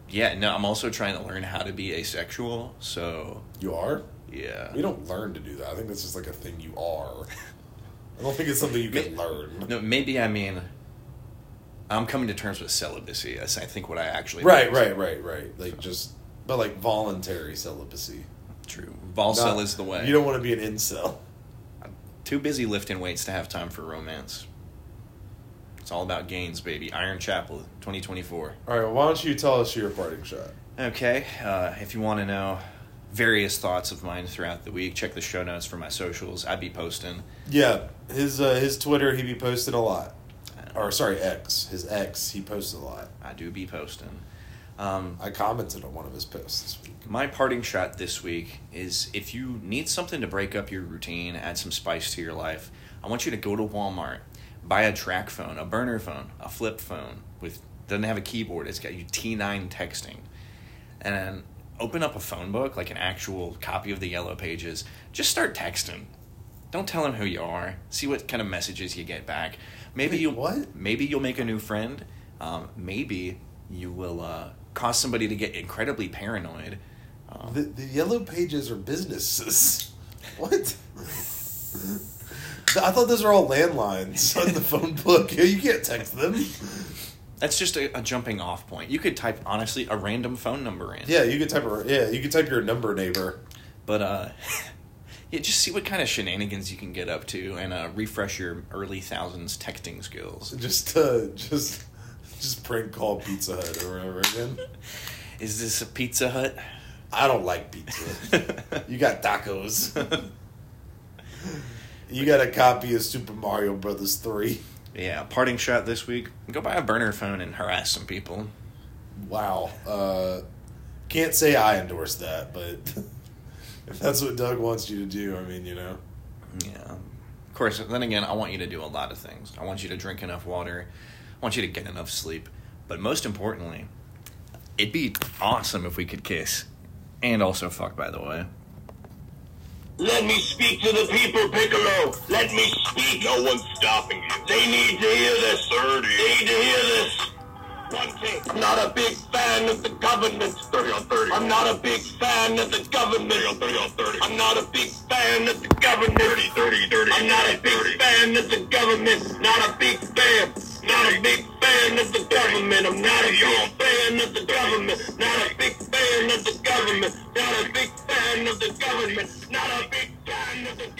Speaker 2: yeah, no, I'm also trying to learn how to be asexual. So,
Speaker 1: You are.
Speaker 2: yeah.
Speaker 1: We don't learn to do that. I think that's just like a thing you are. I don't think it's something you can learn.
Speaker 2: No, maybe I mean, I'm coming to terms with celibacy. That's, I think, what I actually.
Speaker 1: Right,
Speaker 2: mean.
Speaker 1: right, right, right. Like just, but like voluntary celibacy.
Speaker 2: True. Volcel
Speaker 1: Not-
Speaker 2: is the way.
Speaker 1: You don't want to be an [laughs] incel.
Speaker 2: Too busy lifting weights to have time for romance. It's all about gains, baby. Iron Chapel, 2024.
Speaker 1: All right, well, why don't you tell us your parting shot?
Speaker 2: Okay, uh, if you want to know various thoughts of mine throughout the week, check the show notes for my socials. I'd be posting.
Speaker 1: Yeah, his uh, his Twitter he be posting a lot,
Speaker 2: Oh.
Speaker 1: or sorry X his X he posted a lot.
Speaker 2: I do be posting. Um,
Speaker 1: I commented on one of his posts.
Speaker 2: my parting shot this week is if you need something to break up your routine, add some spice to your life, I want you to go to Walmart, buy a track phone, a burner phone, a flip phone with doesn't have a keyboard. It's got you T9 texting. And open up a phone book, like an actual copy of the yellow pages. Just start texting. Don't tell them who you are. See what kind of messages you get back. Maybe
Speaker 1: Wait,
Speaker 2: you
Speaker 1: what?
Speaker 2: Maybe you'll make a new friend. Um, maybe you will uh, cause somebody to get incredibly paranoid. Um,
Speaker 1: The the yellow pages are businesses. [laughs]
Speaker 2: [laughs]
Speaker 1: What? I thought those were all landlines on the phone book. [laughs] You can't text them.
Speaker 2: that's just a, a jumping off point. You could type honestly a random phone number in.
Speaker 1: Yeah, you could type a, yeah you could type your number neighbor.
Speaker 2: But uh, [laughs] yeah, just see what kind of shenanigans you can get up to and uh, refresh your early thousands texting skills.
Speaker 1: Just uh just just prank call Pizza Hut or whatever again.
Speaker 2: [laughs] Is this a Pizza Hut?
Speaker 1: I don't like pizza.
Speaker 2: [laughs]
Speaker 1: You got tacos. You got a copy of Super Mario Brothers three.
Speaker 2: yeah, parting shot this week. Go buy a burner phone and harass some people.
Speaker 1: Wow. Uh, can't say I endorse that, but [laughs] if that's what Doug wants you to do, I mean, you know.
Speaker 2: Yeah. Of course, then again, I want you to do a lot of things. I want you to drink enough water. I want you to get enough sleep. But most importantly, it'd be awesome if we could kiss. And also fuck, by the way.
Speaker 4: Let me speak to the people, Piccolo. Let me speak. No one's stopping you. They need to hear this. 30. They need to hear this. One thing. I'm not a big fan of the government. 30 on 30. I'm not a big fan of the government. 30 on 30 on 30. I'm not a big fan of the government. 30, 30, 30. I'm not a big fan of the government. Not a big fan. Not a big fan of the government. I'm not a big fan of the government. Not a big fan of the government. Not a big fan of the government. Not a big fan of the government.